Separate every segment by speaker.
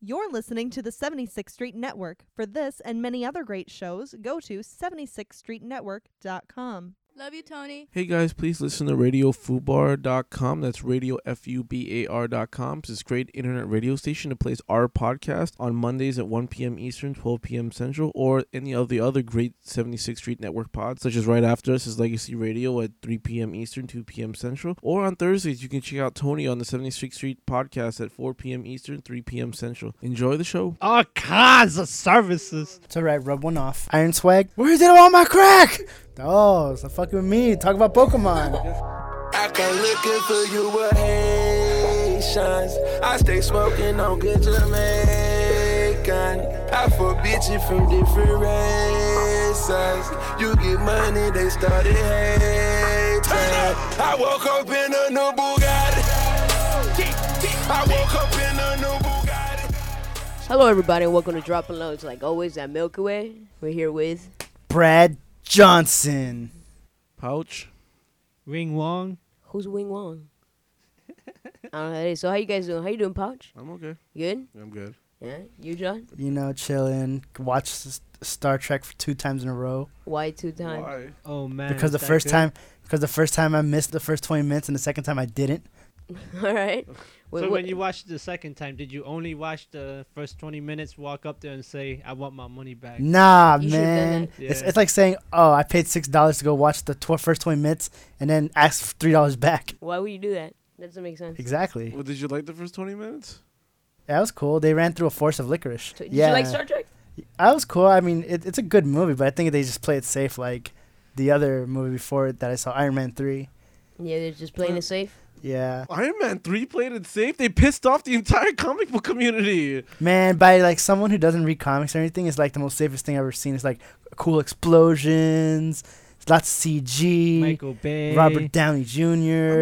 Speaker 1: You're listening to the 76th Street Network. For this and many other great shows, go to 76thstreetnetwork.com.
Speaker 2: Love you, Tony.
Speaker 3: Hey guys, please listen to radiofubar.com. That's radio f u b a r dot com. It's this great internet radio station that plays our podcast on Mondays at 1 p.m. Eastern, 12 p.m. Central, or any of the other great 76th Street Network pods, such as right after us is Legacy Radio at 3 p.m. Eastern, 2 p.m. Central, or on Thursdays you can check out Tony on the 76th Street podcast at 4 p.m. Eastern, 3 p.m. Central. Enjoy the show.
Speaker 4: All kinds of services.
Speaker 5: It's alright, rub one off. Iron Swag, where did all my crack? Oh, it's not fucking with me. Talk about Pokemon.
Speaker 6: I come looking for you with Haitians. I stay smoking on good Jamaican. I forbid you from different races. You get money, they started hating. I woke up in a new Bugatti. I woke up in a new Bugatti.
Speaker 7: Hello, everybody, and welcome to Dropping Loads. Like always, at Milky Way, we're here with
Speaker 5: Brad Johnson.
Speaker 3: Pouch.
Speaker 4: Ring Wong.
Speaker 7: who's Wing Wong. I don't know. who that is. So, how you guys doing? How you doing, Pouch?
Speaker 3: I'm okay.
Speaker 7: Good.
Speaker 3: I'm good.
Speaker 7: Yeah. You, John?
Speaker 5: You know, chilling. Watch S- Star Trek for two times in a row
Speaker 7: Why two times?
Speaker 4: Oh man.
Speaker 5: because the
Speaker 4: is that
Speaker 5: first
Speaker 4: good?
Speaker 5: time because the first time I missed the first 20 minutes and the second time I didn't.
Speaker 7: All right. Wait,
Speaker 4: so
Speaker 7: what-
Speaker 4: when you watched the second time, did you only watch the first twenty minutes? Walk up there and say, "I want my money back."
Speaker 5: Nah,
Speaker 7: You should've done
Speaker 5: man.
Speaker 4: that.
Speaker 5: It's,
Speaker 4: Yeah.
Speaker 5: it's like saying, "Oh, I paid six dollars to go watch the tw- first 20 minutes and then ask for three dollars back."
Speaker 7: why would you do that? That doesn't make sense.
Speaker 5: Exactly.
Speaker 3: Well, did you like the first 20 minutes?
Speaker 5: That was cool. They ran through a force of licorice.
Speaker 7: So, did
Speaker 5: yeah,
Speaker 7: you like Star Trek?
Speaker 5: that was cool. I mean, it, it's a good movie, but I think they just play it safe, like the other movie before it that I saw, Iron Man three.
Speaker 7: Yeah, they're just playing it safe.
Speaker 5: Yeah,
Speaker 3: Iron Man 3 played it safe. They pissed off the entire comic book community.
Speaker 5: man. By like someone who doesn't read comics or anything, it's like the most safest thing I've ever seen. It's like cool explosions, lots of CG,
Speaker 4: Michael Bay.
Speaker 5: Robert Downey Jr.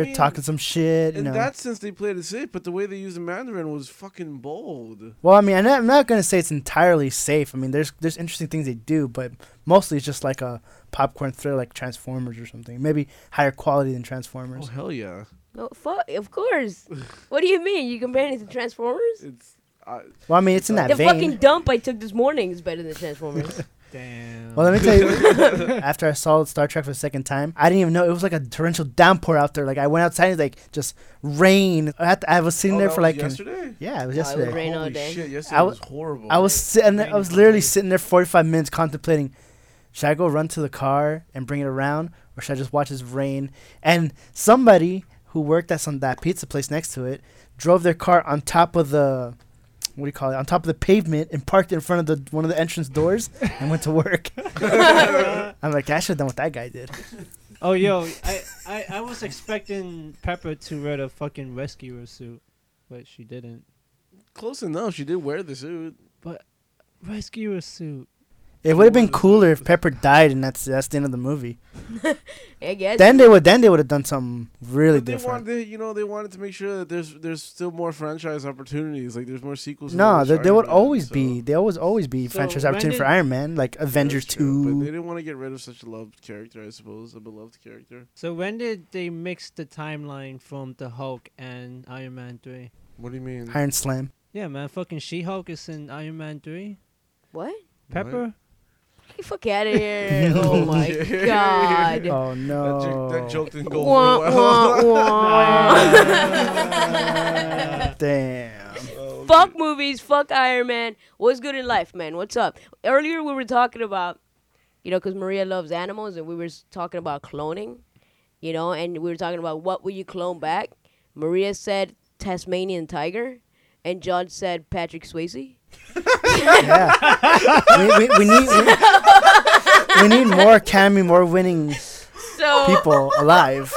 Speaker 3: mean,
Speaker 5: talking some shit. You
Speaker 3: In
Speaker 5: know.
Speaker 3: that sense, they played it safe, but the way they used the Mandarin was fucking bold. Oh,
Speaker 5: well, I mean, I'm not, I'm not gonna say it's entirely safe. I mean, there's there's interesting things they do, but mostly it's just like a popcorn thriller, like Transformers or something. Maybe higher quality than
Speaker 3: Oh
Speaker 5: Transformers.
Speaker 3: hell yeah!
Speaker 7: No, Oh, fuck. Of course. what do you mean? You comparing it to Transformers?
Speaker 3: It's I,
Speaker 5: Well, I mean, it's in that
Speaker 7: The
Speaker 5: vein.
Speaker 7: fucking dump I took this morning is better than Transformers.
Speaker 4: Damn.
Speaker 5: Well, let me tell you. after I saw Star Trek for the second time, I didn't even know it was like a torrential downpour out there. Like I went outside and like just rain. I, had to- I was sitting
Speaker 3: Oh,
Speaker 5: there
Speaker 3: that
Speaker 5: for
Speaker 3: was
Speaker 5: like an-
Speaker 3: yesterday.
Speaker 5: yeah, it was
Speaker 7: Oh, it was
Speaker 5: yesterday.
Speaker 7: rain all
Speaker 3: Holy
Speaker 7: day.
Speaker 3: shit! Yesterday
Speaker 5: I
Speaker 3: was, horrible.
Speaker 5: I was sitting. There,
Speaker 4: Rain
Speaker 5: I was
Speaker 4: all
Speaker 5: literally
Speaker 4: day.
Speaker 5: sitting there forty five minutes contemplating. Should I go run to the car and bring it around, or should I just watch this rain? And somebody who worked at some that pizza place next to it drove their car on top of the what do you call it on top of the pavement and parked it in front of the one of the entrance doors and went to work. I'm like, I should have done what that guy did.
Speaker 4: oh yo, I, I I was expecting Pepper to wear the fucking rescuer suit, but she didn't.
Speaker 3: close enough. She did wear the suit.
Speaker 4: Rescuer suit.
Speaker 5: It would have been cooler if Pepper died, and that's that's the end of the movie.
Speaker 7: I guess.
Speaker 5: Then they would then they would have done something really
Speaker 3: But they
Speaker 5: different.
Speaker 3: wanted, you know, they wanted to make sure that there's there's still more franchise opportunities. Like there's more sequels. and all
Speaker 5: No,
Speaker 3: this
Speaker 5: there, there
Speaker 3: Iron
Speaker 5: would
Speaker 3: Man,
Speaker 5: always
Speaker 3: so-
Speaker 5: be they always always be
Speaker 4: So
Speaker 5: franchise
Speaker 4: when
Speaker 5: opportunity for
Speaker 4: did-
Speaker 5: Iron Man, like Avengers
Speaker 3: That's true, But they
Speaker 5: Two.
Speaker 3: didn't want to get rid of such a loved character, I suppose, a beloved character.
Speaker 4: So when did they mix the timeline from the Hulk and Iron Man three?
Speaker 3: What do you mean?
Speaker 5: Iron Slam.
Speaker 4: Yeah, man, fucking She Hulk is in Iron Man three.
Speaker 7: what?
Speaker 4: Pepper.
Speaker 7: Get the fuck out of here. oh my god.
Speaker 5: Oh
Speaker 3: That, joke,
Speaker 5: no!
Speaker 3: that joke didn't go
Speaker 7: Wah,
Speaker 3: over well.
Speaker 7: wah, wah.
Speaker 5: Damn.
Speaker 7: fuck movies, fuck Iron Man. What's good in life, man? What's up? Earlier we were talking about, you know, because Maria loves animals, and we were s- talking about cloning, you know, and we were talking about what will you clone back. Maria said Tasmanian tiger, and John said Patrick Swayze.
Speaker 5: Yeah. we, we, we need we, we need more Academy, more winning
Speaker 7: So
Speaker 5: people alive.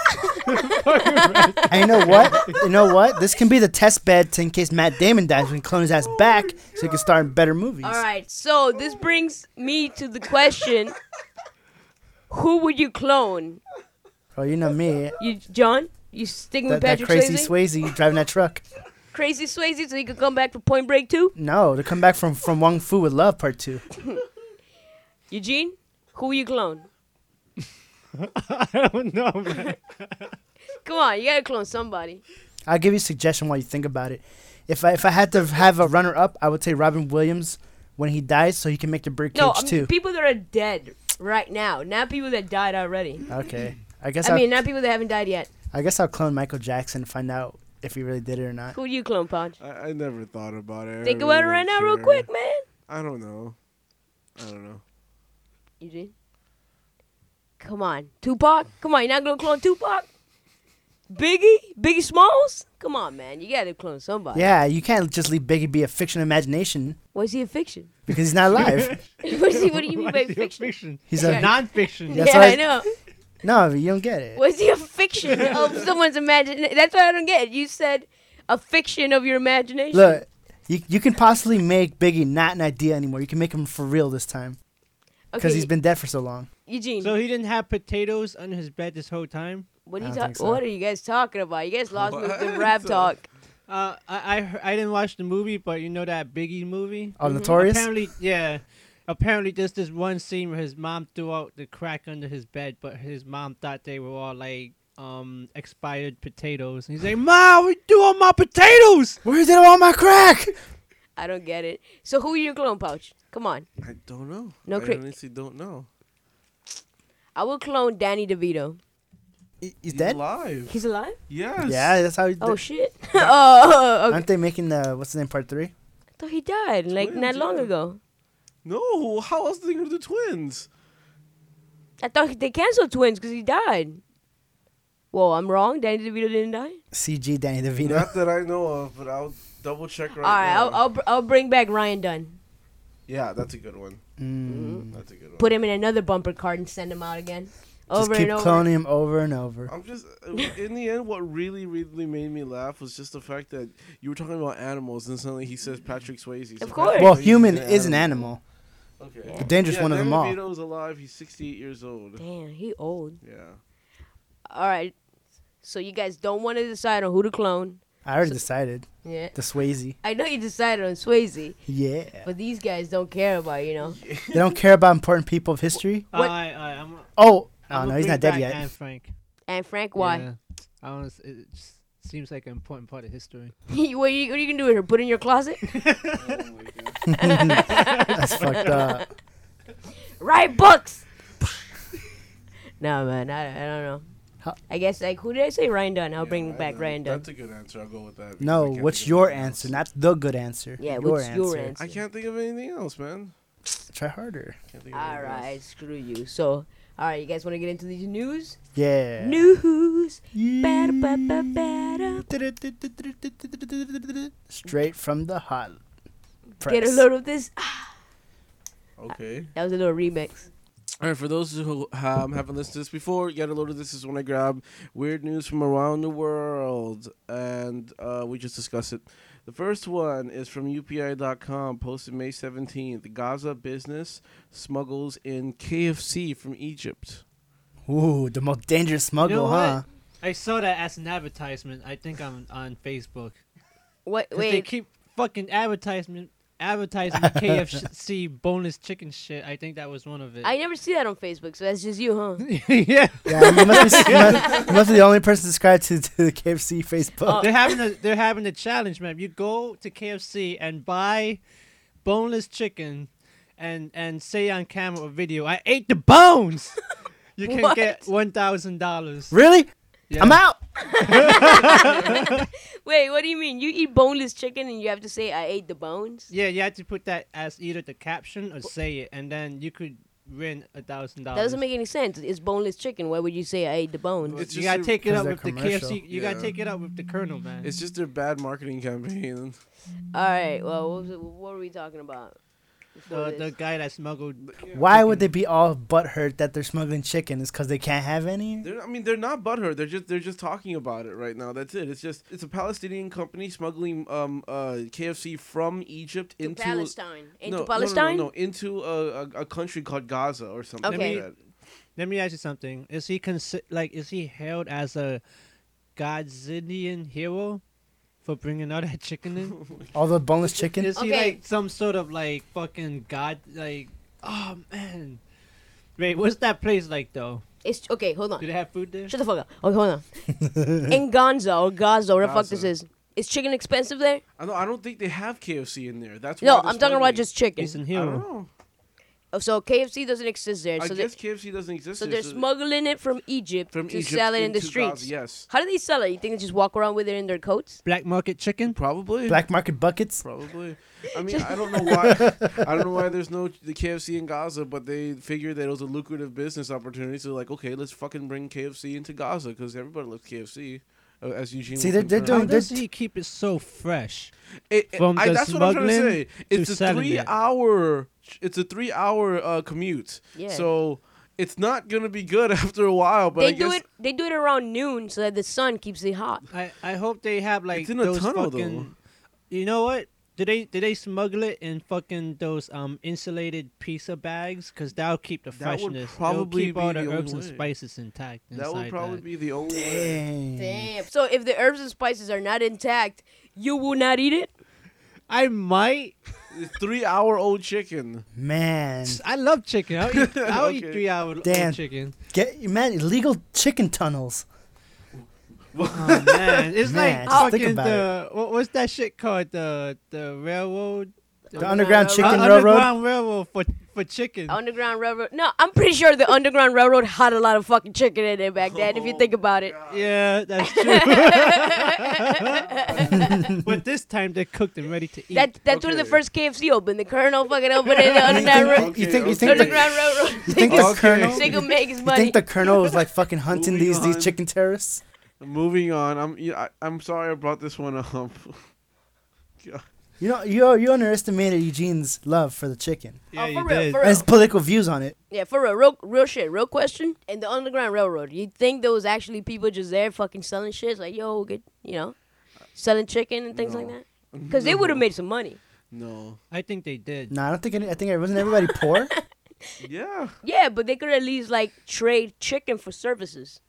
Speaker 5: and you know what? You know what? This can be the test bed to in case Matt Damon dies, we can clone his ass back so he can star in better movies.
Speaker 7: All right, so this brings me to the question: Who would you clone?
Speaker 5: Oh, you know me.
Speaker 7: You, John? You sticking
Speaker 5: That,
Speaker 7: with
Speaker 5: that
Speaker 7: Patrick
Speaker 5: crazy
Speaker 7: Swayze?
Speaker 5: Swayze driving that truck.
Speaker 7: crazy Swayze, so he could come back for Point Break too.
Speaker 5: No, to come back from from Wong Fu with Love Part Two.
Speaker 7: Eugene, who you clone?
Speaker 4: I don't know, man.
Speaker 7: Come on, you gotta clone somebody.
Speaker 5: I'll give you a suggestion while you think about it. If I if I had to have a runner up, I would say Robin Williams when he dies, so he can make the birdcage
Speaker 7: No, I mean,
Speaker 5: too.
Speaker 7: people that are dead right now, not people that died already.
Speaker 5: okay, I guess I,
Speaker 7: I mean, not people that haven't died yet.
Speaker 5: I guess I'll clone Michael Jackson and find out if he really did it or not.
Speaker 7: Who do you clone, Podge?
Speaker 3: I, I never thought about it. I
Speaker 7: Think
Speaker 3: really
Speaker 7: about it
Speaker 3: don't
Speaker 7: right now, real
Speaker 3: care.
Speaker 7: quick, man.
Speaker 3: I don't know. I don't know.
Speaker 7: Eugene, come on, Tupac. Come on, you're not gonna clone Tupac. Biggie, Biggie Smalls. Come on, man. You gotta clone somebody.
Speaker 5: Yeah, you can't just leave Biggie be a fiction imagination
Speaker 7: Was he a fiction?
Speaker 5: because he's not alive.
Speaker 7: what, is he, what do you mean by fiction?
Speaker 5: He's
Speaker 7: a-
Speaker 4: a non-fiction.
Speaker 5: Yeah.
Speaker 7: Yeah,
Speaker 5: That's what
Speaker 7: I
Speaker 5: I-
Speaker 7: know.
Speaker 5: no, you don't get it.
Speaker 7: Was he a fiction of someone's imagination? That's what I don't get. You said a fiction of your imagination.
Speaker 5: Look, you you can possibly make Biggie not an idea anymore. You can make him for real this time because
Speaker 7: okay,
Speaker 5: he's been dead for so long.
Speaker 7: Eugene.
Speaker 4: So he didn't have potatoes under his bed this whole time.
Speaker 7: What are
Speaker 5: I
Speaker 7: you
Speaker 5: don't
Speaker 7: talking?
Speaker 5: think so.
Speaker 7: What are you guys talking about? You guys lost me with the
Speaker 3: What?
Speaker 7: rap talk.
Speaker 4: Uh, I I, hear- I didn't watch the movie, but you know that Biggie movie.
Speaker 5: Oh,
Speaker 7: Mm-hmm.
Speaker 5: Notorious.
Speaker 4: Apparently, yeah. Apparently, there's this one scene where his mom threw out the crack under his bed, but his mom thought they were all like um expired potatoes. And he's like, "Mom, we do all my potatoes."
Speaker 5: Where did all my crack?
Speaker 7: I don't get it. So who are your clone pouch? Come on,
Speaker 3: I don't know.
Speaker 7: No
Speaker 3: I
Speaker 7: cri-
Speaker 3: honestly don't know.
Speaker 7: I will clone Danny DeVito.
Speaker 5: He- He's dead.
Speaker 3: Alive.
Speaker 7: He's alive.
Speaker 3: Yes.
Speaker 5: Yeah, that's how. He
Speaker 7: Oh
Speaker 5: did.
Speaker 7: shit. oh, okay.
Speaker 5: Aren't they making the what's the name part three?
Speaker 7: I thought he died like not
Speaker 3: Twins,
Speaker 7: long
Speaker 3: yeah.
Speaker 7: ago.
Speaker 3: No. How else do they do the twins?
Speaker 7: I thought they canceled Twins because he died. Whoa, I'm wrong. Danny DeVito didn't die.
Speaker 5: CG Danny DeVito.
Speaker 3: Not that I know of, but I'll double check right
Speaker 7: All right,
Speaker 3: now.
Speaker 7: I'll, I'll br- I'll bring back Ryan Dunn.
Speaker 3: yeah, that's a good one.
Speaker 5: Mm.
Speaker 7: Mm-hmm.
Speaker 3: That's a good one.
Speaker 7: Put him in another bumper card and send him out again, over
Speaker 5: just keep
Speaker 7: and over.
Speaker 5: cloning him over and over.
Speaker 3: I'm just in the end. What really, really made me laugh was just the fact that you were talking about animals, and suddenly he says Patrick Swayze. So
Speaker 7: Of
Speaker 3: Patrick
Speaker 7: course.
Speaker 5: Well,
Speaker 3: Swayze
Speaker 5: human is an animal.
Speaker 3: Okay.
Speaker 5: The dangerous one of them all.
Speaker 3: DeVito's alive. He's 68 years old.
Speaker 7: Damn, he old.
Speaker 3: Yeah.
Speaker 7: All right, so you guys don't want to decide on who to clone.
Speaker 5: I already decided.
Speaker 7: Yeah,
Speaker 5: The Swayze.
Speaker 7: I know you decided on Swayze,
Speaker 5: Yeah.
Speaker 7: but these guys don't care about you know.
Speaker 5: they don't care about important people of history.
Speaker 4: I
Speaker 7: What-
Speaker 4: I I'm,
Speaker 5: Oh, oh
Speaker 4: I'm
Speaker 5: no, he's not dead yet.
Speaker 4: Anne Frank.
Speaker 7: And Frank, why?
Speaker 4: Yeah. I don't. know, It just seems like an important part of history.
Speaker 7: what, you, what you gonna do with her? Put in your closet?
Speaker 5: That's fucked up.
Speaker 7: Write books. no man, I, I don't know.
Speaker 5: Huh?
Speaker 7: I guess like who did I say? Ryan Dunn. I'll
Speaker 3: Yeah,
Speaker 7: bring
Speaker 3: I
Speaker 7: back
Speaker 3: know.
Speaker 7: Ryan Dunn.
Speaker 3: That's a good answer. I'll go with that. because
Speaker 5: No,
Speaker 3: I can't
Speaker 5: what's
Speaker 3: think of
Speaker 5: your
Speaker 3: anything
Speaker 5: answer?
Speaker 3: else.
Speaker 5: Not the good answer.
Speaker 7: Yeah,
Speaker 5: your
Speaker 7: what's
Speaker 5: answer.
Speaker 7: your answer?
Speaker 3: I can't think of anything else, man.
Speaker 5: Try harder.
Speaker 3: Can't think of
Speaker 7: All
Speaker 3: anything else.
Speaker 7: right, screw you. So, all right, you guys want to get into these news?
Speaker 5: Yeah.
Speaker 7: News.
Speaker 5: Yeah.
Speaker 7: Bada, ba, ba, bada.
Speaker 5: Straight from the hot press.
Speaker 7: Get a load of this.
Speaker 3: Okay.
Speaker 7: That was a little remix.
Speaker 3: All right, for those who um, haven't listened to this before, yet a load of this is when I grab weird news from around the world, and uh, we just discuss it. The first one is from UPI.com, posted May 17th. Gaza business smuggles in KFC from Egypt.
Speaker 5: Ooh, the most dangerous smuggle,
Speaker 4: know what?
Speaker 5: huh?
Speaker 4: I saw that as an advertisement. I think I'm on Facebook.
Speaker 7: What?
Speaker 4: 'Cause they
Speaker 7: Wait.
Speaker 4: keep fucking advertisement advertising KFC boneless chicken shit. I think that was one of it.
Speaker 7: I never see that on Facebook, so that's just you, huh?
Speaker 4: yeah,
Speaker 5: Yeah, you must, be, you must- you must be the only person subscribed to, to the KFC
Speaker 7: Oh.
Speaker 5: Facebook.
Speaker 4: they're having a they're having a challenge, man. You go to KFC and buy boneless chicken, and and say on camera or video, I ate the bones. You can
Speaker 7: What?
Speaker 4: get one thousand dollars.
Speaker 5: Really?
Speaker 4: Yeah.
Speaker 5: I'm out.
Speaker 7: Wait, what do you mean? You eat boneless chicken and you have to say I ate the bones?
Speaker 4: Yeah, you had to put that as either the caption or say it, and then you could win a thousand dollars.
Speaker 7: That doesn't make any sense. It's boneless chicken. Why would you say I ate the bones?
Speaker 3: It's
Speaker 4: you
Speaker 3: just
Speaker 4: gotta
Speaker 3: a-
Speaker 4: take it
Speaker 5: 'Cause
Speaker 4: up
Speaker 5: they're
Speaker 4: with the
Speaker 5: commercial.
Speaker 4: KFC. You
Speaker 3: Yeah.
Speaker 4: gotta take it up with the Colonel, man.
Speaker 3: It's just their bad marketing campaign.
Speaker 7: All right. Well, what, was it, what were we talking about? before
Speaker 3: Uh,
Speaker 4: the,
Speaker 7: this?
Speaker 4: the guy that smuggled.
Speaker 5: Why would they be all butthurt that they're smuggling chicken? Is because they can't have any?
Speaker 3: They're, I mean, they're not butthurt. They're just they're just talking about it right now. That's it. It's just it's a Palestinian company smuggling um uh KFC from Egypt
Speaker 7: To
Speaker 3: into
Speaker 7: Palestine. Into
Speaker 3: no,
Speaker 7: Palestine?
Speaker 3: No, no, no, no, into a, a, a country called Gaza or something
Speaker 7: Okay.
Speaker 3: like that.
Speaker 4: Let me ask you something. Is he consi- like is he hailed as a Godzillian hero for bringing all that chicken in?
Speaker 5: All the boneless chicken?
Speaker 4: Is he
Speaker 7: Okay.
Speaker 4: like some sort of like fucking god? Like oh man. Wait, what's that place like though?
Speaker 7: It's okay. Hold on.
Speaker 4: Do they have food there?
Speaker 7: Shut the fuck up. Okay, hold on. In Gonza or Gaza, where the fuck this
Speaker 3: Gaza.
Speaker 7: is. Is chicken expensive there?
Speaker 3: I don't, I don't think they have KFC in there. That's
Speaker 7: No,
Speaker 3: why
Speaker 7: I'm
Speaker 3: this
Speaker 7: talking
Speaker 3: one
Speaker 7: about
Speaker 3: thing-
Speaker 7: just chicken.
Speaker 4: He's in
Speaker 3: I don't
Speaker 4: hero.
Speaker 3: know.
Speaker 7: Oh, So KFC doesn't exist there.
Speaker 3: I
Speaker 7: So they
Speaker 3: guess KFC doesn't exist.
Speaker 7: so
Speaker 3: there,
Speaker 7: they're smuggling it from Egypt
Speaker 3: from
Speaker 7: to
Speaker 3: Egypt
Speaker 7: sell it in the
Speaker 3: 2000
Speaker 7: streets.
Speaker 3: Yes,
Speaker 7: How do they sell it? You think they just walk around with it in their coats?
Speaker 4: Black market chicken.
Speaker 3: probably.
Speaker 5: Black market buckets.
Speaker 3: Probably. I mean, I don't know why. I don't know why there's no the KFC in Gaza, but they figured that it was a lucrative business opportunity. So like, okay, let's fucking bring KFC into Gaza because everybody loves KFC. uh, As Eugene
Speaker 5: See,
Speaker 3: will
Speaker 5: they're- they're
Speaker 4: How
Speaker 3: confirm.
Speaker 5: doing-
Speaker 4: does he keep it so fresh?
Speaker 3: It- it-
Speaker 4: from
Speaker 3: I-
Speaker 4: the
Speaker 3: that's what I'm trying to
Speaker 4: smuggling
Speaker 3: say. It's
Speaker 4: to
Speaker 3: a
Speaker 4: selling it.
Speaker 3: three hour. It's a three hour uh, commute.
Speaker 7: Yeah.
Speaker 3: So it's not gonna be good after a while. But I
Speaker 7: they
Speaker 3: guess
Speaker 7: do it. They do it around noon so that the sun keeps it hot.
Speaker 4: I, I hope they have like
Speaker 3: It's in a
Speaker 4: those
Speaker 3: tunnel, though.
Speaker 4: fucking. You know what? Do they do they smuggle it in fucking those um insulated pizza bags? Cause that'll keep the
Speaker 3: That would
Speaker 4: freshness. It'll
Speaker 3: probably
Speaker 4: keep all
Speaker 3: be
Speaker 4: the,
Speaker 3: the
Speaker 4: herbs
Speaker 3: only
Speaker 4: and
Speaker 3: way.
Speaker 4: spices intact.
Speaker 3: that would
Speaker 4: inside
Speaker 3: probably
Speaker 4: that.
Speaker 3: be the only. way.
Speaker 5: Dang.
Speaker 7: Damn. So if the herbs and spices are not intact, you will not eat it.
Speaker 4: I might.
Speaker 3: It's three hour old chicken.
Speaker 5: Man,
Speaker 4: I love chicken. I'll eat, I'll eat
Speaker 3: Okay.
Speaker 4: three hour old
Speaker 5: Dan.
Speaker 4: chicken.
Speaker 5: get man illegal chicken tunnels.
Speaker 4: Oh man, it's
Speaker 5: Man,
Speaker 4: like
Speaker 5: just think
Speaker 4: fucking
Speaker 5: about
Speaker 4: the what, what's that shit called the the railroad
Speaker 5: The underground
Speaker 7: Railroad-
Speaker 5: chicken
Speaker 4: Uh,
Speaker 5: railroad. Oh,
Speaker 4: underground railroad for for chicken.
Speaker 7: Underground railroad. No, I'm pretty sure the underground railroad had a lot of fucking chicken in it back then. if you think about it.
Speaker 5: Oh,
Speaker 4: Yeah, that's true. but this time they're cooked and ready to eat.
Speaker 7: That that's where the
Speaker 3: Okay.
Speaker 7: first KFC opened. The Colonel fucking opened it. The underground,
Speaker 5: think-
Speaker 7: Ra-
Speaker 5: you think- you
Speaker 3: okay,
Speaker 5: think
Speaker 3: okay.
Speaker 7: underground railroad.
Speaker 5: You think
Speaker 3: Okay.
Speaker 5: the colonel?
Speaker 7: They can make his
Speaker 5: You
Speaker 7: money.
Speaker 5: think the colonel was like fucking hunting
Speaker 3: Moving
Speaker 5: these these
Speaker 3: on.
Speaker 5: chicken terrorists?
Speaker 3: Moving on. I'm yeah, I, I'm sorry I brought this one up.
Speaker 5: You know, you you underestimated Eugene's love for the chicken
Speaker 4: yeah,
Speaker 7: Oh,
Speaker 4: you
Speaker 7: for real,
Speaker 4: did.
Speaker 7: for
Speaker 5: and his political views on it.
Speaker 7: Yeah, for real, real, real shit, real question. And the Underground Railroad, you think there was actually people just there fucking selling shit? It's like, yo, get, you know, selling chicken and things like
Speaker 3: No.
Speaker 7: that? Because they would have made some money.
Speaker 3: No.
Speaker 4: I think they did.
Speaker 5: No, I don't think any, I think it wasn't everybody poor.
Speaker 3: Yeah.
Speaker 7: Yeah, but they could at least, like, trade chicken for services.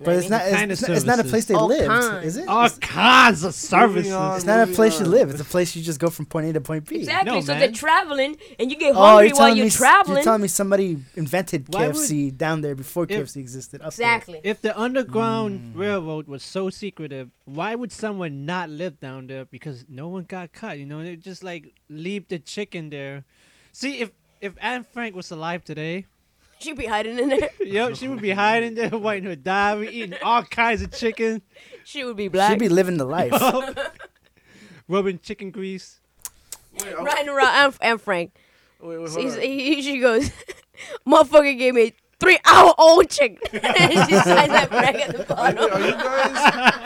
Speaker 5: But it's not,
Speaker 4: Kind of
Speaker 5: it's, it's, not, it's not a
Speaker 4: services.
Speaker 5: place they
Speaker 7: All
Speaker 5: lived,
Speaker 7: kinds.
Speaker 5: is it?
Speaker 4: All
Speaker 5: it's,
Speaker 4: kinds of services.
Speaker 3: on.
Speaker 5: it's not a
Speaker 3: moving
Speaker 5: place you
Speaker 3: on.
Speaker 5: live. It's a place you just go from point A to point B.
Speaker 7: Exactly.
Speaker 4: No,
Speaker 7: so they're
Speaker 4: man.
Speaker 7: traveling, and you get
Speaker 5: Oh,
Speaker 7: hungry
Speaker 5: you're
Speaker 7: while
Speaker 5: telling, me,
Speaker 7: you're
Speaker 5: s-
Speaker 7: traveling.
Speaker 5: you're telling me somebody invented
Speaker 4: Why would-
Speaker 5: KFC down there before
Speaker 4: If-
Speaker 5: KFC existed. Up there.
Speaker 7: exactly.
Speaker 4: If the underground railroad was so secretive, why would someone not live down there? Because no one got cut. You know, they just like leave the chicken there. See, if if Anne Frank was alive today,
Speaker 7: She'd be hiding in there.
Speaker 4: yo, she would be hiding there, writing her diary, eating all kinds of chicken,
Speaker 7: She would be black.
Speaker 5: She'd be living the life.
Speaker 4: rubbing chicken grease.
Speaker 3: Wait, I'm-
Speaker 7: Riding around. I'm, I'm Frank.
Speaker 3: wait, wait, hold
Speaker 7: She's,
Speaker 3: on.
Speaker 7: he, she goes, motherfucker gave me a three hour old chicken. she signs that Frank at the
Speaker 3: Are,
Speaker 7: bottom.
Speaker 3: are you guys